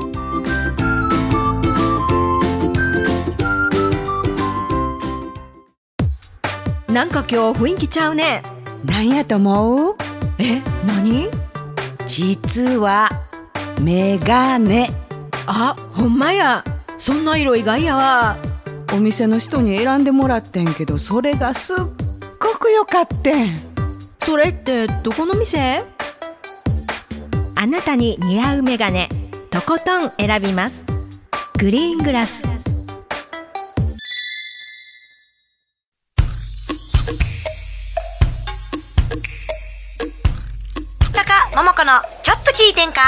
[SPEAKER 4] なんか今日雰囲気ちゃうねなんやと思うえ、何実はメガネあ、ほんまやそんな色意外やわお店の人に選んでもらってんけどそれがすっごく良かってんそれってどこの店
[SPEAKER 5] あなたに似合うメガネとことん選びますグリーングラス
[SPEAKER 6] 高桃子のちょっと聞いてんか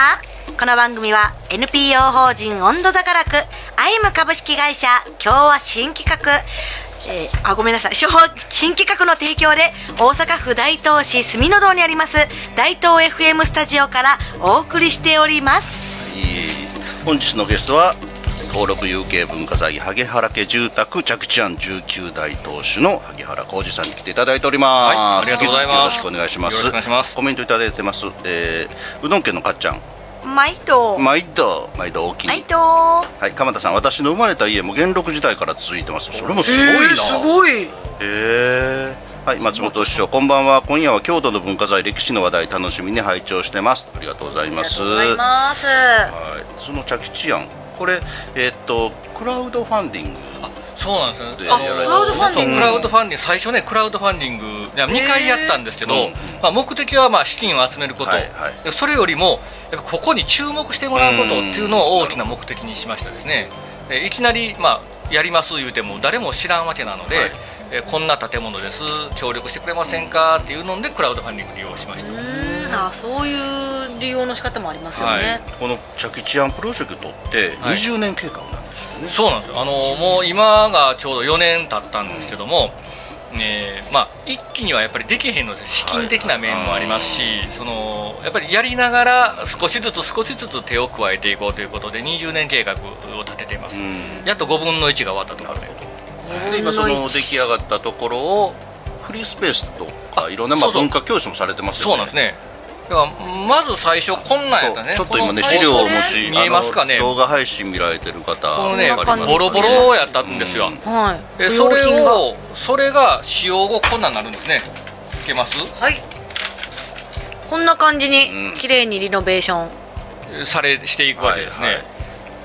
[SPEAKER 6] この番組は NPO 法人温度宝区アイム株式会社今日は新企画えーあごめんなさい新企画の提供で大阪府大東市住の堂にあります大東 FM スタジオからお送りしております
[SPEAKER 1] 本日のゲストは登録有形文化財萩原家住宅着地案19代当主の萩原浩二さんに来ていただいております、
[SPEAKER 3] はいありがとうございます
[SPEAKER 1] 引き続きよろしくお願いします
[SPEAKER 3] よろしくお願いします
[SPEAKER 1] コメントいただいてます、えーうどん家のかっちゃん
[SPEAKER 6] 毎度
[SPEAKER 1] 毎度毎度大きい、は
[SPEAKER 6] 毎
[SPEAKER 1] い
[SPEAKER 6] 度あ
[SPEAKER 1] 鎌田さん私の生まれた家も元禄時代から続いてますそれもすごいな、
[SPEAKER 2] えーすごい。
[SPEAKER 1] へえはい松本師匠こんばんは今夜は京都の文化財歴史の話題楽しみに拝聴してますありがとうござい
[SPEAKER 2] あり
[SPEAKER 1] ま
[SPEAKER 2] が
[SPEAKER 1] す
[SPEAKER 2] とうございます。
[SPEAKER 1] はい、その着地案、これ、えっと、クラウドファンディング。
[SPEAKER 3] そうなんですよ
[SPEAKER 1] であク
[SPEAKER 2] ラウドファンディング
[SPEAKER 3] そうクラウドファンディング最初ねクラウドファンディング2回やったんですけど、
[SPEAKER 1] うん
[SPEAKER 3] まあ、目的はまあ資金を集めること、
[SPEAKER 1] はいはい
[SPEAKER 3] でそれよりもやっぱここに注目してもらうことっていうのを大きな目的にしましたですねでいきなり、まあ、やります言うても誰も知らんわけなので、
[SPEAKER 1] はい
[SPEAKER 3] えこんな建物です協力してくれませんかっていうのでクラウドファンディング利用しました、
[SPEAKER 2] うん、あそういう利用の仕方もありますよ
[SPEAKER 3] は
[SPEAKER 2] ね
[SPEAKER 3] い。
[SPEAKER 1] この着地案プロジェクトって、
[SPEAKER 3] はい
[SPEAKER 1] 20年計画なんです。
[SPEAKER 3] そうなんですよあのもう今がちょうど4年経ったんですけども、えーまあ、一気にはやっぱりできへんので資金的な面もありますし、そのやっぱりやりながら少しずつ少しずつ手を加えていこうということで20年計画を立てています、やっと5分の1が終わったところで
[SPEAKER 1] で、今、そ
[SPEAKER 2] 五分
[SPEAKER 1] の
[SPEAKER 2] の
[SPEAKER 1] 出
[SPEAKER 2] 一
[SPEAKER 1] 来上がったところを、フリースペースとか、
[SPEAKER 3] あ
[SPEAKER 1] いろんな、まあ、
[SPEAKER 3] そうそう
[SPEAKER 1] 文化教室もされてますよね。
[SPEAKER 3] そうなんですねだからまず最初こんなんやったね
[SPEAKER 1] そうちょっと今ね、
[SPEAKER 3] この
[SPEAKER 1] 資料をも
[SPEAKER 2] この
[SPEAKER 1] し、
[SPEAKER 3] 見えますかね
[SPEAKER 1] あの動画配信見られてる方。
[SPEAKER 3] このね
[SPEAKER 1] わかりますかね
[SPEAKER 3] ボロボロやったんですよ
[SPEAKER 1] うん
[SPEAKER 2] はい。
[SPEAKER 3] え
[SPEAKER 2] 不
[SPEAKER 3] そ
[SPEAKER 2] 用
[SPEAKER 3] れ
[SPEAKER 2] 品が
[SPEAKER 3] をそれが使用後こんなんになるんですねいけます
[SPEAKER 2] はい。こんな感じ
[SPEAKER 1] うん
[SPEAKER 2] に綺麗にリノベーション。
[SPEAKER 3] えされしていくわけですね、
[SPEAKER 1] はいはい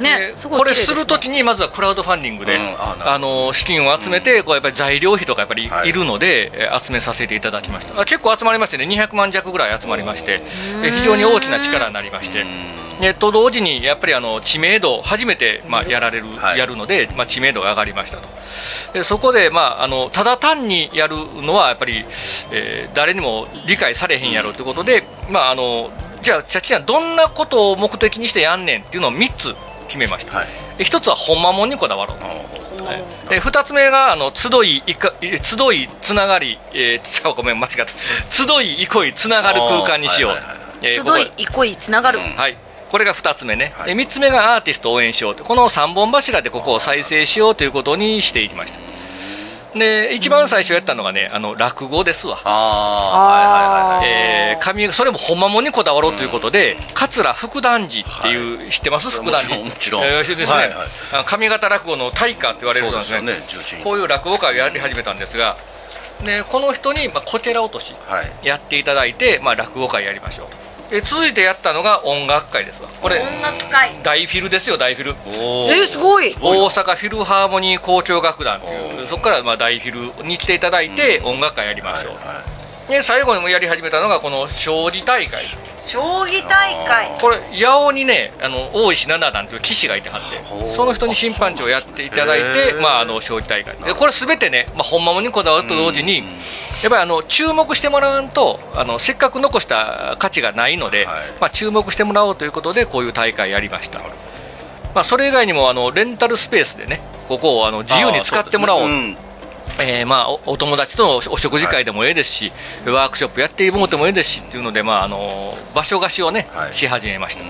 [SPEAKER 2] ね
[SPEAKER 3] で、
[SPEAKER 2] すご
[SPEAKER 3] こ
[SPEAKER 2] い綺麗
[SPEAKER 3] れ
[SPEAKER 2] です
[SPEAKER 3] す
[SPEAKER 2] ね
[SPEAKER 3] るときにまずはクラウドファンディングで、
[SPEAKER 1] うんあなるほど
[SPEAKER 3] あの資金を集めて、こうやっぱり材料費とかやっぱり
[SPEAKER 1] はい
[SPEAKER 3] いるので、えー集めさせていただきましたあ結構集まりましてね200万弱ぐらい集まりましてえー非常に大きな力になりまして
[SPEAKER 1] うん
[SPEAKER 3] えっと、同時にやっぱりあの知名度、初めて、まあ、やられる、
[SPEAKER 1] はい
[SPEAKER 3] やるので、まあ、知名度が上がりましたと、でそこで、まあ、あのただ単にやるのは、やっぱり、えー誰にも理解されへんやろということで、まあ、あのじゃあ、チャッチはどんなことを目的にしてやんねんっていうのを3つ決めました、
[SPEAKER 1] はい
[SPEAKER 3] で1つは、ほんまもんにこだわろうと。はいで2つ目があの集いいかえ集いつながり、えー、違うごめん間違った集い憩いつながる空間にしよう
[SPEAKER 1] あーはいはいはい
[SPEAKER 3] えー
[SPEAKER 6] 集
[SPEAKER 3] ここ
[SPEAKER 6] い憩いつながる、
[SPEAKER 1] うん
[SPEAKER 3] はい、これが2つ目ね、
[SPEAKER 1] はい
[SPEAKER 3] で3つ目がアーティストを応援しようと、この3本柱でここを再生しようということにしていきました。で一番最初やったのがね、あの落語ですわ、
[SPEAKER 1] ああはいはいはいはい
[SPEAKER 3] えー紙それもほんまもんにこだわろうということで、桂福団寺っていう、知ってます、
[SPEAKER 1] もちろん
[SPEAKER 3] 福団寺、
[SPEAKER 1] もちろん
[SPEAKER 3] えーですね
[SPEAKER 1] はいはい
[SPEAKER 3] あの上方落語の大家って言われる
[SPEAKER 1] そ
[SPEAKER 3] 人
[SPEAKER 1] う
[SPEAKER 3] なん
[SPEAKER 1] で
[SPEAKER 3] ですすね
[SPEAKER 1] よ、ね重鎮
[SPEAKER 3] こういう落語会をやり始めたんですが、でこの人に、まあ、こけら落とし、
[SPEAKER 1] はい
[SPEAKER 3] やっていただいて、まあ、落語会やりましょうで続いてやったのが音楽会ですわこれ
[SPEAKER 6] 音楽会
[SPEAKER 3] 大フィルですよ大フィル
[SPEAKER 1] お
[SPEAKER 6] えー、すごい
[SPEAKER 1] ごいな
[SPEAKER 3] 大阪フィルハーモニー交響楽団ってい
[SPEAKER 1] お
[SPEAKER 3] うそこからまあ大フィルに来ていただいて音楽会やりましょう、で最後にもやり始めたのがこの将棋大会
[SPEAKER 6] 将棋大会
[SPEAKER 3] これ八尾にねあの大石七段という棋士がいてはっ
[SPEAKER 1] ほう
[SPEAKER 3] てその人に審判長をやっていただい
[SPEAKER 1] へ
[SPEAKER 3] て
[SPEAKER 1] ー
[SPEAKER 3] まああの将棋大会でこれ全てね、まあ、本物にこだわると同時にやっぱりあの注目してもらわんとあのせっかく残した価値がないので、
[SPEAKER 1] はい
[SPEAKER 3] まあ、注目してもらおうということでこういう大会やりました、まあ、それ以外にもあのレンタルスペースでねここをあの自由に使ってもらおうと
[SPEAKER 1] ん
[SPEAKER 3] えーまあ、おお友達とのおお食事会でもええですし、ワークショップやってもうてもええですしっていうので、まあ、あの場所貸しをね、
[SPEAKER 1] はい
[SPEAKER 3] し始めました、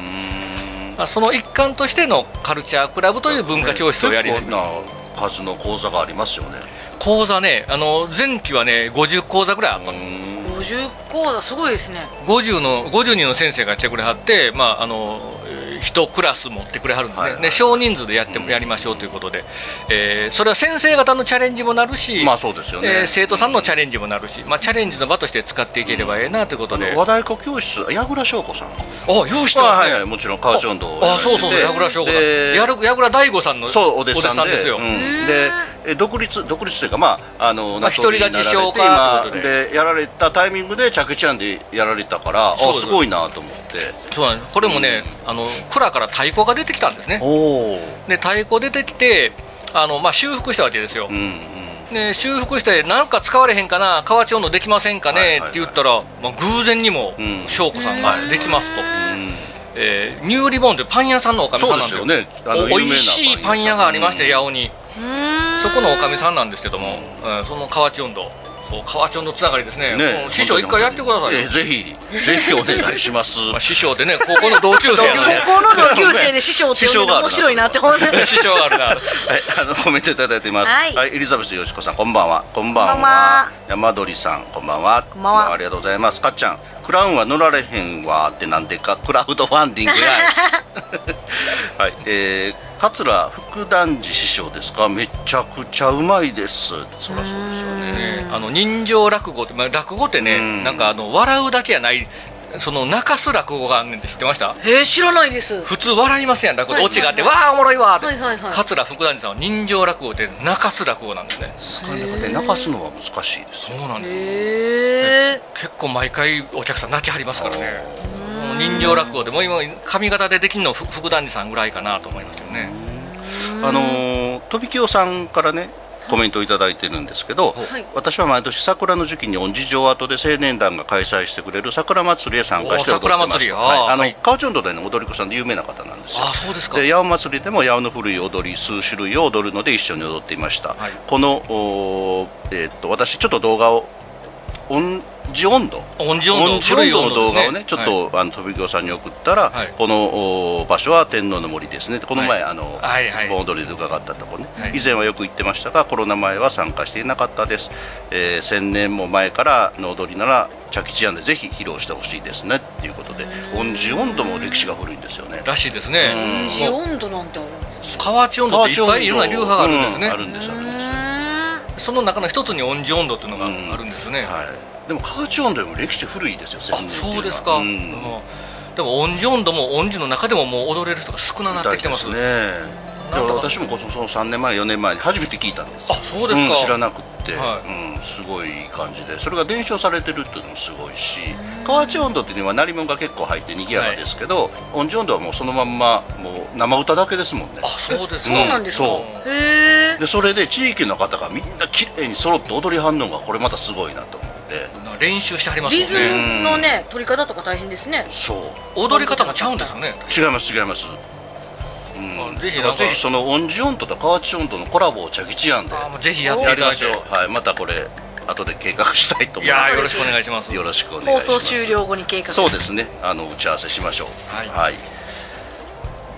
[SPEAKER 3] まあ、その一環としてのカルチャークラブという文化教室をやり始
[SPEAKER 1] 結
[SPEAKER 3] め
[SPEAKER 1] 構な数の講座がありますよね
[SPEAKER 3] 講座ねあの前期はね50講座ぐらいあったの
[SPEAKER 2] 50講座すごいですね
[SPEAKER 3] 50の50人の先生が来てくれはって、まあ、あのえー一クラス持ってくれはるんで,、ね
[SPEAKER 1] はいはい
[SPEAKER 3] で少人数でやっても、やりましょうということで、えーそれは先生方のチャレンジもなるし、
[SPEAKER 1] まあそうですよね
[SPEAKER 3] えー生徒さんのチャレンジもなるし、まあ、チャレンジの場として使っていければええなということで、
[SPEAKER 1] 和太鼓教室矢倉翔子さん
[SPEAKER 3] あようしてます
[SPEAKER 1] はい
[SPEAKER 3] ね
[SPEAKER 1] はいもちろん川内運動を
[SPEAKER 3] あそうそう
[SPEAKER 1] や
[SPEAKER 3] 矢
[SPEAKER 1] られてて
[SPEAKER 3] 倉翔子さん
[SPEAKER 1] で
[SPEAKER 3] 矢倉矢倉大吾さんの
[SPEAKER 1] そうお弟子さんで
[SPEAKER 3] ですよ、
[SPEAKER 1] うんでえ独立独立というかまああの
[SPEAKER 3] まあ
[SPEAKER 1] 納豆になられて
[SPEAKER 3] 独り立ちしようかということで
[SPEAKER 1] 今でやられたタイミングで着地案でやられたからあ
[SPEAKER 3] そうです
[SPEAKER 1] すごいなと思って
[SPEAKER 3] そうなんですこれもね、あの蔵から太鼓が出てきたんですね
[SPEAKER 1] おお
[SPEAKER 3] で太鼓出てきてあの、まあ、修復したわけですよ、
[SPEAKER 1] うんうん
[SPEAKER 3] で修復してなんか使われへんかな河内温度できませんかね、
[SPEAKER 1] はいはいはい
[SPEAKER 3] って言ったら、まあ、偶然にも
[SPEAKER 1] うん
[SPEAKER 3] 翔子さんができますと、
[SPEAKER 1] うん
[SPEAKER 3] えーニューリボンというパン屋さんのおかみさ
[SPEAKER 1] そ
[SPEAKER 3] ん
[SPEAKER 1] うで
[SPEAKER 3] な
[SPEAKER 1] す
[SPEAKER 3] んです
[SPEAKER 1] よねあ
[SPEAKER 3] よ
[SPEAKER 1] の
[SPEAKER 3] お
[SPEAKER 1] 有名
[SPEAKER 3] 美
[SPEAKER 1] な
[SPEAKER 3] 味しいパン屋がありまして
[SPEAKER 1] うん
[SPEAKER 3] 八尾にそこのおかみさんなんですけども、うんその河内温度そう河内温度つながりですねもう師匠一回やってくださいよ
[SPEAKER 1] えぜひぜひお願いします
[SPEAKER 3] まあ、師匠ってね高校の同級生や
[SPEAKER 1] [LAUGHS]
[SPEAKER 3] のね
[SPEAKER 2] 高校の同級生で師匠って呼んでるの面白いなって思って
[SPEAKER 3] [LAUGHS] 師匠があるな
[SPEAKER 1] はい、あのコメントいただいてます。は、
[SPEAKER 6] はいい
[SPEAKER 1] エリザベスよしこさん、こんばんは。こんばんは。
[SPEAKER 6] こんばんは
[SPEAKER 1] 山鳥さん、こんばんは。
[SPEAKER 6] こんばんは
[SPEAKER 1] ありがとうございます。かっちゃん、クラウンは乗られへんわってなんでか、クラウドファンディングや。 [LAUGHS] はい、えー、桂福団寺師匠ですか。めちゃくちゃうまいです。そりゃそうですよね。
[SPEAKER 3] あの人情落語って、まあ、落語ってね、
[SPEAKER 1] うん
[SPEAKER 3] なんかあの笑うだけやないその泣かす落語があんねんって知ってました
[SPEAKER 2] [LAUGHS] えー、知らないです
[SPEAKER 3] 普通笑いますやん落語、
[SPEAKER 2] はい
[SPEAKER 3] オチがあってわあおもろいわーって、
[SPEAKER 2] はいはいはい
[SPEAKER 3] 桂福団さんは人情落語って泣かす落語なんですね
[SPEAKER 1] なかなかね、流すのは難しいです
[SPEAKER 3] そ。うなんです
[SPEAKER 2] へえ
[SPEAKER 3] 結構毎回お客さん泣きはりますからねもう人情落語でもう今髪型でできるのふ福団さんぐらいかなと思いますよね
[SPEAKER 1] あのー、飛び清さんからね。コメントをいただいてるんですけど、
[SPEAKER 2] はい
[SPEAKER 1] 私は毎年桜の時期に恩寺城跡で青年団が開催してくれる桜祭りへ参加して踊って
[SPEAKER 3] おー
[SPEAKER 1] ま
[SPEAKER 3] 桜
[SPEAKER 1] す
[SPEAKER 3] 祭り
[SPEAKER 1] はい、
[SPEAKER 3] あー
[SPEAKER 1] あの、
[SPEAKER 3] はい
[SPEAKER 1] 川町道大の踊り子さんで有名な方なんですよ
[SPEAKER 3] あそうですか
[SPEAKER 1] で八尾祭りでも八尾の古い踊り数種類を踊るので一緒に踊っていました、
[SPEAKER 3] はい
[SPEAKER 1] このおー、えーっと私ちょっと動画を恩寺温度
[SPEAKER 3] 音痴音頭
[SPEAKER 1] 音痴音頭の動画
[SPEAKER 3] 古い音頭です
[SPEAKER 1] を
[SPEAKER 3] ね
[SPEAKER 1] ねちょっと、あの飛びさんに送ったら、
[SPEAKER 3] はい
[SPEAKER 1] このお場所は天皇の森ですねこの前、
[SPEAKER 3] は
[SPEAKER 1] あの、
[SPEAKER 3] はいはい
[SPEAKER 1] 盆踊りで伺ったとこね、
[SPEAKER 3] はい
[SPEAKER 1] 以前はよく行ってましたがコロナ前は参加していなかったです、えー、1000年も前からの踊りなら着地案でぜひ披露してほしいですねっていうことで恩寺音頭も歴史が古いんですよね
[SPEAKER 3] らしいですね
[SPEAKER 2] 二次温度なんてあるんです
[SPEAKER 3] 河内音頭っていっぱいいろんな流派があるんですね、
[SPEAKER 1] うあるんですあるんです
[SPEAKER 3] その中の一つに音痴音頭っていうのがあるんですね、
[SPEAKER 1] はいでも河内音頭よりも歴史古いですよ1000
[SPEAKER 3] あ
[SPEAKER 1] 年ってい
[SPEAKER 3] そう
[SPEAKER 1] のは
[SPEAKER 3] ですか、
[SPEAKER 1] ん
[SPEAKER 3] うんでも音痴音頭も音痴の中でももう踊れる人が少なくなってきてます
[SPEAKER 1] みたいですねで私もこそその3年前4年前に初めて聞いたんです
[SPEAKER 3] あそうですか
[SPEAKER 1] ん知らなくって、
[SPEAKER 3] は
[SPEAKER 1] うん、すごいいい感じでそれが伝承されてるっていうのもすごいし河内音頭っていうのは鳴り物が結構入って賑やかですけど、音痴音頭はもうそのまんまもう生歌だけですもんね
[SPEAKER 3] あそうです
[SPEAKER 1] そうなんですか
[SPEAKER 3] そ
[SPEAKER 2] へえ
[SPEAKER 1] でそれで地域の方がみんな綺麗に揃って踊りはんのがこれまたすごいなと思って
[SPEAKER 3] うな練習してはります
[SPEAKER 2] リ
[SPEAKER 3] もん
[SPEAKER 2] ズム
[SPEAKER 3] ね
[SPEAKER 2] のね取り方とか大変ですね
[SPEAKER 1] そう
[SPEAKER 3] 踊り方もちゃうんですよね
[SPEAKER 1] 違います違います、うん、
[SPEAKER 3] あぜひ
[SPEAKER 1] だから
[SPEAKER 3] なんか
[SPEAKER 1] ぜひその音痴音頭と河内音頭のコラボを着地案で
[SPEAKER 3] あもうぜひや
[SPEAKER 1] や
[SPEAKER 3] っていた
[SPEAKER 1] りま
[SPEAKER 3] だい
[SPEAKER 1] してょう、はい、またこれ後で計画したいと
[SPEAKER 3] い
[SPEAKER 1] 思い
[SPEAKER 3] や
[SPEAKER 1] ま
[SPEAKER 3] ー
[SPEAKER 1] す
[SPEAKER 3] よろしくお願いします
[SPEAKER 1] よろしくお願いし
[SPEAKER 2] 放
[SPEAKER 1] ます
[SPEAKER 2] 送終了後に計画
[SPEAKER 1] そうですねあの打ち合わせしましょう
[SPEAKER 3] はい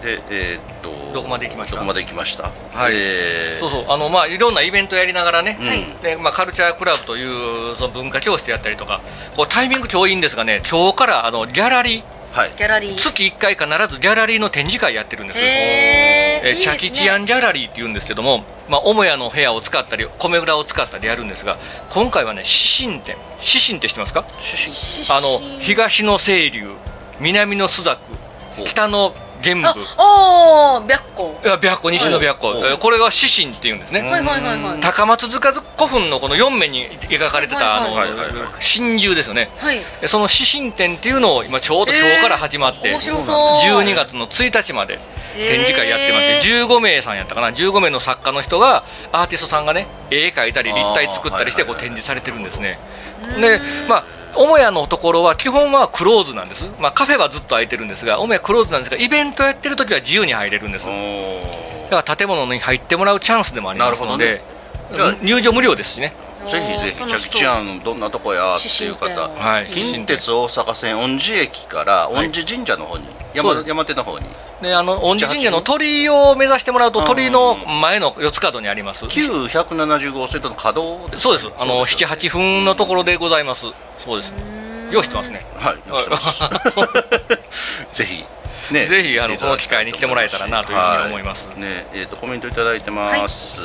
[SPEAKER 1] でえーっと
[SPEAKER 3] どこまで行きました
[SPEAKER 1] どこまで行きました
[SPEAKER 3] はい
[SPEAKER 1] えー
[SPEAKER 3] そうそうあのまあいろんなイベントやりながらね、
[SPEAKER 1] うん
[SPEAKER 3] でまあ、カルチャークラブというその文化教室やったりとかこうタイミング今日いいんですがね今日からあのギャラリー
[SPEAKER 1] はい
[SPEAKER 2] ギャラリー
[SPEAKER 3] 月1回必ずギャラリーの展示会やってるんですよ
[SPEAKER 2] へ
[SPEAKER 3] えーチャキチアンギャラリーって言うんですけども、まあ、母屋の部屋を使ったり米蔵を使ったりやるんですが今回はね指針展指針って知ってますかあの東の清流南の朱雀
[SPEAKER 1] ほう
[SPEAKER 3] 北の玄武
[SPEAKER 2] あおお白虎
[SPEAKER 3] いや白虎西の白虎
[SPEAKER 1] ほう
[SPEAKER 3] えーこれが指針っていうんですね、
[SPEAKER 2] はいはいはいはい
[SPEAKER 3] 高松塚古墳のこの4面に描かれてたあの
[SPEAKER 1] はいはいはいはい
[SPEAKER 3] 真珠ですよね
[SPEAKER 2] はい
[SPEAKER 3] でその指針展っていうのを今ちょうど今日から始まって、
[SPEAKER 2] えー面白そう
[SPEAKER 3] 12月の1日まで展示会やってまして、15名さんやったかな15名の作家の人がアーティストさんがね絵描いたり
[SPEAKER 1] あー
[SPEAKER 3] 立体作ったりしてこう
[SPEAKER 1] はい
[SPEAKER 3] 展
[SPEAKER 1] はいはい
[SPEAKER 3] 示されてるんですね。でまあ母屋のところは基本はクローズなんです、まあ、カフェはずっと開いてるんですが母屋クローズなんですがイベントやってる時は自由に入れるんです
[SPEAKER 1] おー
[SPEAKER 3] だから建物に入ってもらうチャンスでもありますので、
[SPEAKER 1] なるほどねじ
[SPEAKER 3] 入場無料ですしね、
[SPEAKER 1] ぜひぜひチャキチアンどんなとこやっていう
[SPEAKER 2] 指針
[SPEAKER 1] 方
[SPEAKER 2] 展
[SPEAKER 3] はい、
[SPEAKER 1] 近鉄大阪線恩寺駅から恩寺神社の方に、
[SPEAKER 3] そう
[SPEAKER 1] 山
[SPEAKER 3] です
[SPEAKER 1] 山手の方に
[SPEAKER 3] であの恩寺神社の鳥居を目指してもらうと
[SPEAKER 1] あー
[SPEAKER 3] 鳥居の前の四つ角にあります
[SPEAKER 1] 旧175号線との稼働です
[SPEAKER 3] そうですあの
[SPEAKER 1] そう
[SPEAKER 3] 78分のところでございますそうですよう知ってますね
[SPEAKER 1] はいよろしくお願いします [LAUGHS] ぜひね
[SPEAKER 3] ぜひあの
[SPEAKER 1] 見ていただきた
[SPEAKER 3] この機会
[SPEAKER 1] いと思います
[SPEAKER 3] に来てもらえたらなというふうに思います
[SPEAKER 1] はねえっ、とコメントいただいてます、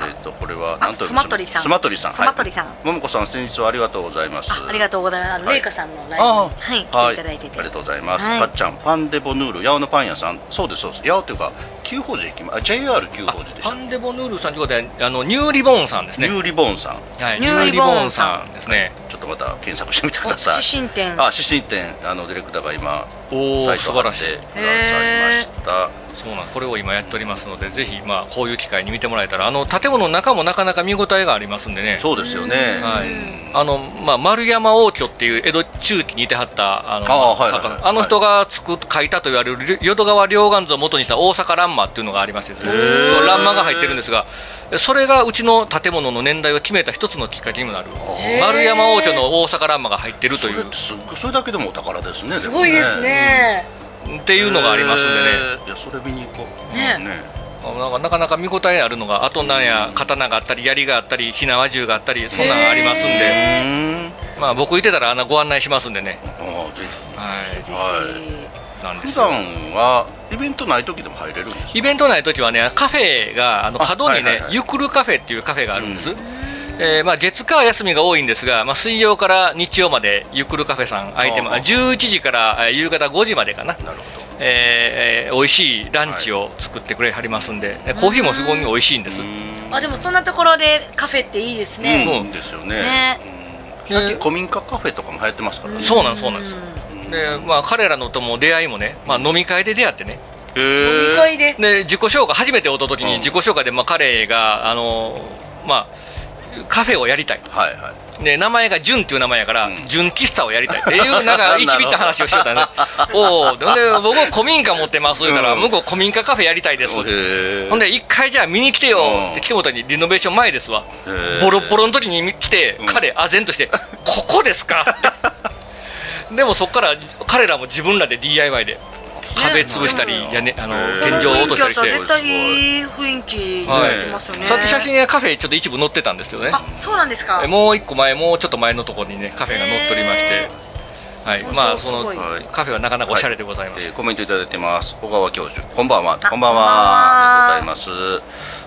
[SPEAKER 1] えっ、とこれは
[SPEAKER 6] あ
[SPEAKER 1] なんと
[SPEAKER 6] スマトリさん
[SPEAKER 1] スマトリさん
[SPEAKER 6] スマトリさん
[SPEAKER 1] はいももこさん先日はありがとうございます
[SPEAKER 6] あありがとうございますあの
[SPEAKER 1] はい
[SPEAKER 6] 麗華さんのライブに
[SPEAKER 1] あ
[SPEAKER 6] はい
[SPEAKER 1] あ
[SPEAKER 6] 来ていただいてて
[SPEAKER 1] ありがとうございます。
[SPEAKER 6] はい
[SPEAKER 1] かっちゃん、パンデボヌール、八尾のパン屋さん、そうです、そうです、八尾というか、旧宝寺駅前、あ JR 旧
[SPEAKER 3] あ
[SPEAKER 1] 宝寺でし
[SPEAKER 3] パ
[SPEAKER 1] た。
[SPEAKER 3] ンデボヌールさんということであのニューリボーンさんです
[SPEAKER 1] ニ
[SPEAKER 3] ね
[SPEAKER 1] ューリボーンさん、
[SPEAKER 3] はい
[SPEAKER 6] ニューリボーン
[SPEAKER 3] んですね
[SPEAKER 1] ちょっとまた検索してみてください。
[SPEAKER 6] 指針展
[SPEAKER 1] あ、指針店、あのディレクターが今、
[SPEAKER 3] おお
[SPEAKER 1] サイ
[SPEAKER 3] 素
[SPEAKER 1] ト
[SPEAKER 3] 晴
[SPEAKER 1] を貼っ
[SPEAKER 3] らしてい
[SPEAKER 1] くださいました。
[SPEAKER 3] そうなんこれを今やっておりますのでぜひまあこういう機会に見てもらえたらあの建物の中もなかなか見応えがありますんでね
[SPEAKER 1] そうですよね。
[SPEAKER 3] はい、あのまあ、丸山王居っていう江戸中期にいてはったあの
[SPEAKER 1] あーはいはいはい
[SPEAKER 3] 作家のあの人が作っ書いたと言われる淀川両岸図を元にした大阪欄間っていうのがありましてですね
[SPEAKER 1] へー
[SPEAKER 3] 欄間が入ってるんですがそれがうちの建物の年代を決めた一つのきっかけにもなる丸山王居の大阪欄間が入ってる
[SPEAKER 1] そ
[SPEAKER 3] とい
[SPEAKER 1] れっ
[SPEAKER 3] う
[SPEAKER 1] てすっごいそれだけでもお宝ですね。
[SPEAKER 2] すごいですね
[SPEAKER 3] っていうのがありますんでね。
[SPEAKER 1] えー。いや、それ見に行こう。
[SPEAKER 2] ね
[SPEAKER 3] あなんかなかなか見応えあるのがあとなんや刀があったり槍があったり火縄銃があったりそんなんがありますん
[SPEAKER 1] う
[SPEAKER 3] で、
[SPEAKER 1] ーん。
[SPEAKER 3] まあ、僕いてたらあのご案内しますんでね、
[SPEAKER 1] あーぜ
[SPEAKER 3] はい
[SPEAKER 1] ひ。は
[SPEAKER 3] なん
[SPEAKER 1] い。
[SPEAKER 3] で
[SPEAKER 1] 普
[SPEAKER 3] すよ
[SPEAKER 1] 段はイベントない時でも入れるんですか。
[SPEAKER 3] イベントない時はねカフェがあの
[SPEAKER 1] あ
[SPEAKER 3] 角
[SPEAKER 1] は
[SPEAKER 3] にね、
[SPEAKER 1] いはいはい
[SPEAKER 3] ゆくるカフェっていうカフェがあるんです、えーまあ、月火休みが多いんですが、まあ、水曜から日曜までゆくるカフェさん開いてま
[SPEAKER 1] ああ
[SPEAKER 3] 11時からえー夕方5時までかな
[SPEAKER 1] なるほど。
[SPEAKER 3] えーえー美味しいランチを作ってくれはりますんで、コーヒーもすごい美味しいんです、
[SPEAKER 2] あでもそんなところでカフェっていいですね、
[SPEAKER 1] うん、ですよね。
[SPEAKER 2] ね
[SPEAKER 1] うん最近古民家カフェとかも流行ってますからね。
[SPEAKER 3] そうなんですそうなんですでまあ彼らのとも出会いもね、まあ、飲み会で出会ってね
[SPEAKER 1] へ
[SPEAKER 2] 飲み
[SPEAKER 1] ー
[SPEAKER 2] 会で
[SPEAKER 3] で自己紹介初めて会った時
[SPEAKER 1] う
[SPEAKER 3] に
[SPEAKER 1] ん
[SPEAKER 3] 自己紹介で、まあ、彼があのまあカフェをやりたい
[SPEAKER 1] はいはい。
[SPEAKER 3] で名前が純っていう名前やから、
[SPEAKER 1] うん
[SPEAKER 3] 純喫茶をやりたいって
[SPEAKER 1] [LAUGHS]
[SPEAKER 3] いうなんか一ビった話をしてたんでおおで僕は古民家持ってます言ったら、
[SPEAKER 1] うん
[SPEAKER 3] 向こう古民家カフェやりたいです
[SPEAKER 1] へー
[SPEAKER 3] ほんで一回じゃあ見に来て
[SPEAKER 1] う
[SPEAKER 3] よ
[SPEAKER 1] ん
[SPEAKER 3] って来てもらったのにリノベーション前ですわ
[SPEAKER 1] ー
[SPEAKER 3] ボロボロの時に来て
[SPEAKER 1] うん
[SPEAKER 3] 彼唖然として「ここですか?」でもそこから彼らも自分らで DIY で壁潰したり屋根あの
[SPEAKER 1] へー
[SPEAKER 3] 天井を落としたりし
[SPEAKER 1] そ
[SPEAKER 3] て
[SPEAKER 1] の
[SPEAKER 6] 絶対いい雰囲気になってますよね、
[SPEAKER 3] さっき写真やカフェちょっと一部載ってたんですよね
[SPEAKER 6] あそうなんですか
[SPEAKER 3] えもう一個前もうちょっと前のところにねカフェが載っておりましてはい、まあその
[SPEAKER 1] い
[SPEAKER 3] カフェはなかなかおしゃれでございます、
[SPEAKER 1] えーコメントいただいてます小川教授こんばんは
[SPEAKER 2] あ
[SPEAKER 1] こんばんはありがとうございます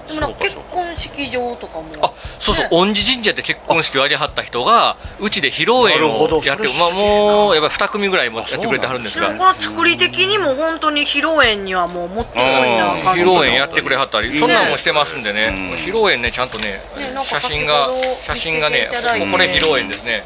[SPEAKER 7] でもなんか結
[SPEAKER 1] そうか
[SPEAKER 7] 婚式場とかも
[SPEAKER 3] あそうそう、恩寺神社で結婚式をやりはった人がうちで披露宴
[SPEAKER 8] なるほ
[SPEAKER 3] を
[SPEAKER 8] ど
[SPEAKER 3] やって
[SPEAKER 8] それすげえな
[SPEAKER 3] まあもうやっぱり2組ぐらいもやってくれてはるんです
[SPEAKER 7] それ
[SPEAKER 3] が
[SPEAKER 7] もこの作り的にも本当に披露宴にはもうもってこいな
[SPEAKER 3] 披
[SPEAKER 7] 感じ
[SPEAKER 3] 露宴やってくれはったり、そんなんもしてますんでね、
[SPEAKER 1] うん
[SPEAKER 3] 披露宴ねちゃんとね
[SPEAKER 7] ねなん
[SPEAKER 3] 写
[SPEAKER 7] か
[SPEAKER 3] 真が
[SPEAKER 7] 先ほど
[SPEAKER 3] 写真がね
[SPEAKER 7] 見せていただいて
[SPEAKER 3] もうこれ披露宴ですね、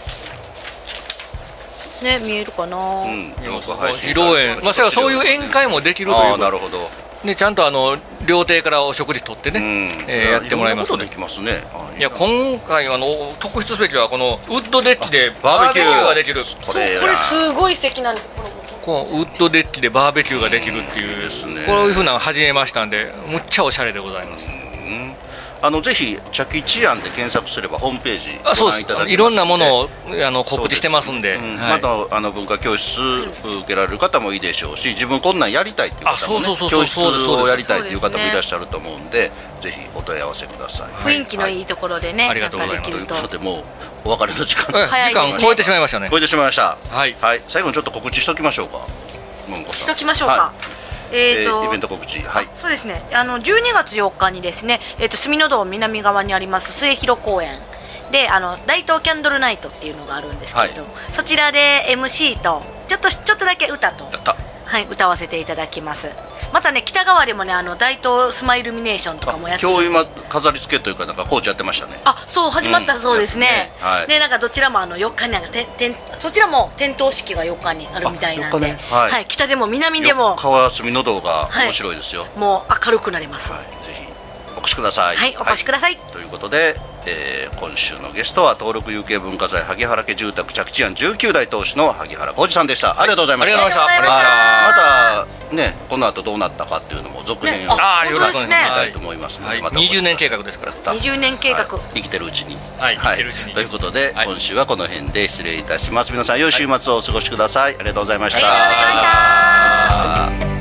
[SPEAKER 7] ね見えるかな、
[SPEAKER 1] うんよく配信
[SPEAKER 3] 披露宴まあそれはそういう宴会もできるとい
[SPEAKER 1] ああ
[SPEAKER 3] う
[SPEAKER 1] な
[SPEAKER 3] か
[SPEAKER 1] るほど
[SPEAKER 3] ねちゃんとあの料亭からお食事取ってね、えーやってもらいます
[SPEAKER 1] ろんなことできますねあ
[SPEAKER 3] いや今回あの特筆すべきはこのウッドデッキで
[SPEAKER 1] バ
[SPEAKER 3] バ
[SPEAKER 1] ー
[SPEAKER 3] ー
[SPEAKER 1] ベ
[SPEAKER 3] ベ
[SPEAKER 1] キ
[SPEAKER 3] キ
[SPEAKER 1] ュ
[SPEAKER 3] ュ
[SPEAKER 1] ー
[SPEAKER 3] ーができる
[SPEAKER 1] これや
[SPEAKER 7] これすごい素敵なんですこれ
[SPEAKER 3] こうウッドデッキでバーベキューができるっていう、
[SPEAKER 1] うんですね
[SPEAKER 3] こういうふうなの始めましたんでむっちゃおしゃれでございます、
[SPEAKER 1] あのぜひチャキチアンで検索すればホームページ
[SPEAKER 3] あ
[SPEAKER 1] ご
[SPEAKER 3] そう
[SPEAKER 1] 覧いただけます
[SPEAKER 3] ですいろんなものをあの告知してますんで
[SPEAKER 1] うん
[SPEAKER 3] はい
[SPEAKER 1] またあの文化教室受けられる方もいいでしょうし自分こんなんやりたいという方も、ね、
[SPEAKER 3] あそうそうそうそう
[SPEAKER 1] 教室をやりたいという方もいらっしゃると思うんでぜひお問い合わせください、
[SPEAKER 2] 雰囲気のいいところでね、
[SPEAKER 3] ありが
[SPEAKER 2] なん
[SPEAKER 3] とうご
[SPEAKER 2] か
[SPEAKER 3] ざい
[SPEAKER 2] でき
[SPEAKER 1] とい
[SPEAKER 3] ます
[SPEAKER 2] る
[SPEAKER 1] う
[SPEAKER 2] と。
[SPEAKER 1] ことでもうお別れの時間
[SPEAKER 3] え
[SPEAKER 2] 早い
[SPEAKER 3] 時
[SPEAKER 2] ですね
[SPEAKER 3] 間超えてしまいましたね
[SPEAKER 1] 超えてしまいました
[SPEAKER 3] はい
[SPEAKER 1] 最後にちょっと告知しときましょうか文子さん
[SPEAKER 2] しときましょうか。
[SPEAKER 1] はい
[SPEAKER 2] えー
[SPEAKER 1] え
[SPEAKER 2] と
[SPEAKER 1] ーイベント告知はい
[SPEAKER 2] そうですね。あの12月4日にですね、えっ、と隅の道南側にあります末広公園で、あの大東キャンドルナイトっていうのがあるんですけれども、そちらで MC とちょっとちょっとだけ歌と
[SPEAKER 1] やった
[SPEAKER 2] はい歌わせていただきます。またね北側でもねあの大東スマイルミネーションとかもや
[SPEAKER 1] あ
[SPEAKER 2] って。
[SPEAKER 1] 今日今飾り付けというかなんかコーチやってましたね
[SPEAKER 2] あ、そう始まったそうですね。
[SPEAKER 1] うんはい
[SPEAKER 2] でなんかどちらもあの4日になんかてんてんそちらも点灯式が4日にあるみたいなんで、
[SPEAKER 1] あ四日ねはい
[SPEAKER 2] 北でも南でも
[SPEAKER 1] 川隅の道が面白いですよ、
[SPEAKER 2] もう明るくなります。
[SPEAKER 1] は、
[SPEAKER 2] はい
[SPEAKER 1] ぜひお越しください。
[SPEAKER 2] い、お越しください。
[SPEAKER 1] ということで、えー今週のゲストは登録有形文化財萩原家住宅着地案19代当主の萩原浩二さんでした。ありがとうございました。
[SPEAKER 3] ありがとうございました
[SPEAKER 1] はいまたねこの後どうなったかっていうのも続編を、
[SPEAKER 2] ね
[SPEAKER 3] ああ
[SPEAKER 2] 本
[SPEAKER 3] よ
[SPEAKER 2] 当
[SPEAKER 3] ろ
[SPEAKER 2] で
[SPEAKER 3] しくお
[SPEAKER 2] す
[SPEAKER 3] 願い
[SPEAKER 2] ね
[SPEAKER 3] し
[SPEAKER 1] し
[SPEAKER 3] ま
[SPEAKER 1] た
[SPEAKER 3] す
[SPEAKER 1] いと思いますので、
[SPEAKER 3] はい、
[SPEAKER 1] またお越しくださ
[SPEAKER 3] 20年計画ですから
[SPEAKER 2] 20年計画。
[SPEAKER 1] 生きてるうちに。
[SPEAKER 3] はい生きてるうちに
[SPEAKER 1] ということで、
[SPEAKER 3] はい
[SPEAKER 1] 今週はこの辺で失礼いたします。皆さん良い週末をお過ごしください。ありがとうございました。
[SPEAKER 2] ありがとうございました。
[SPEAKER 1] あー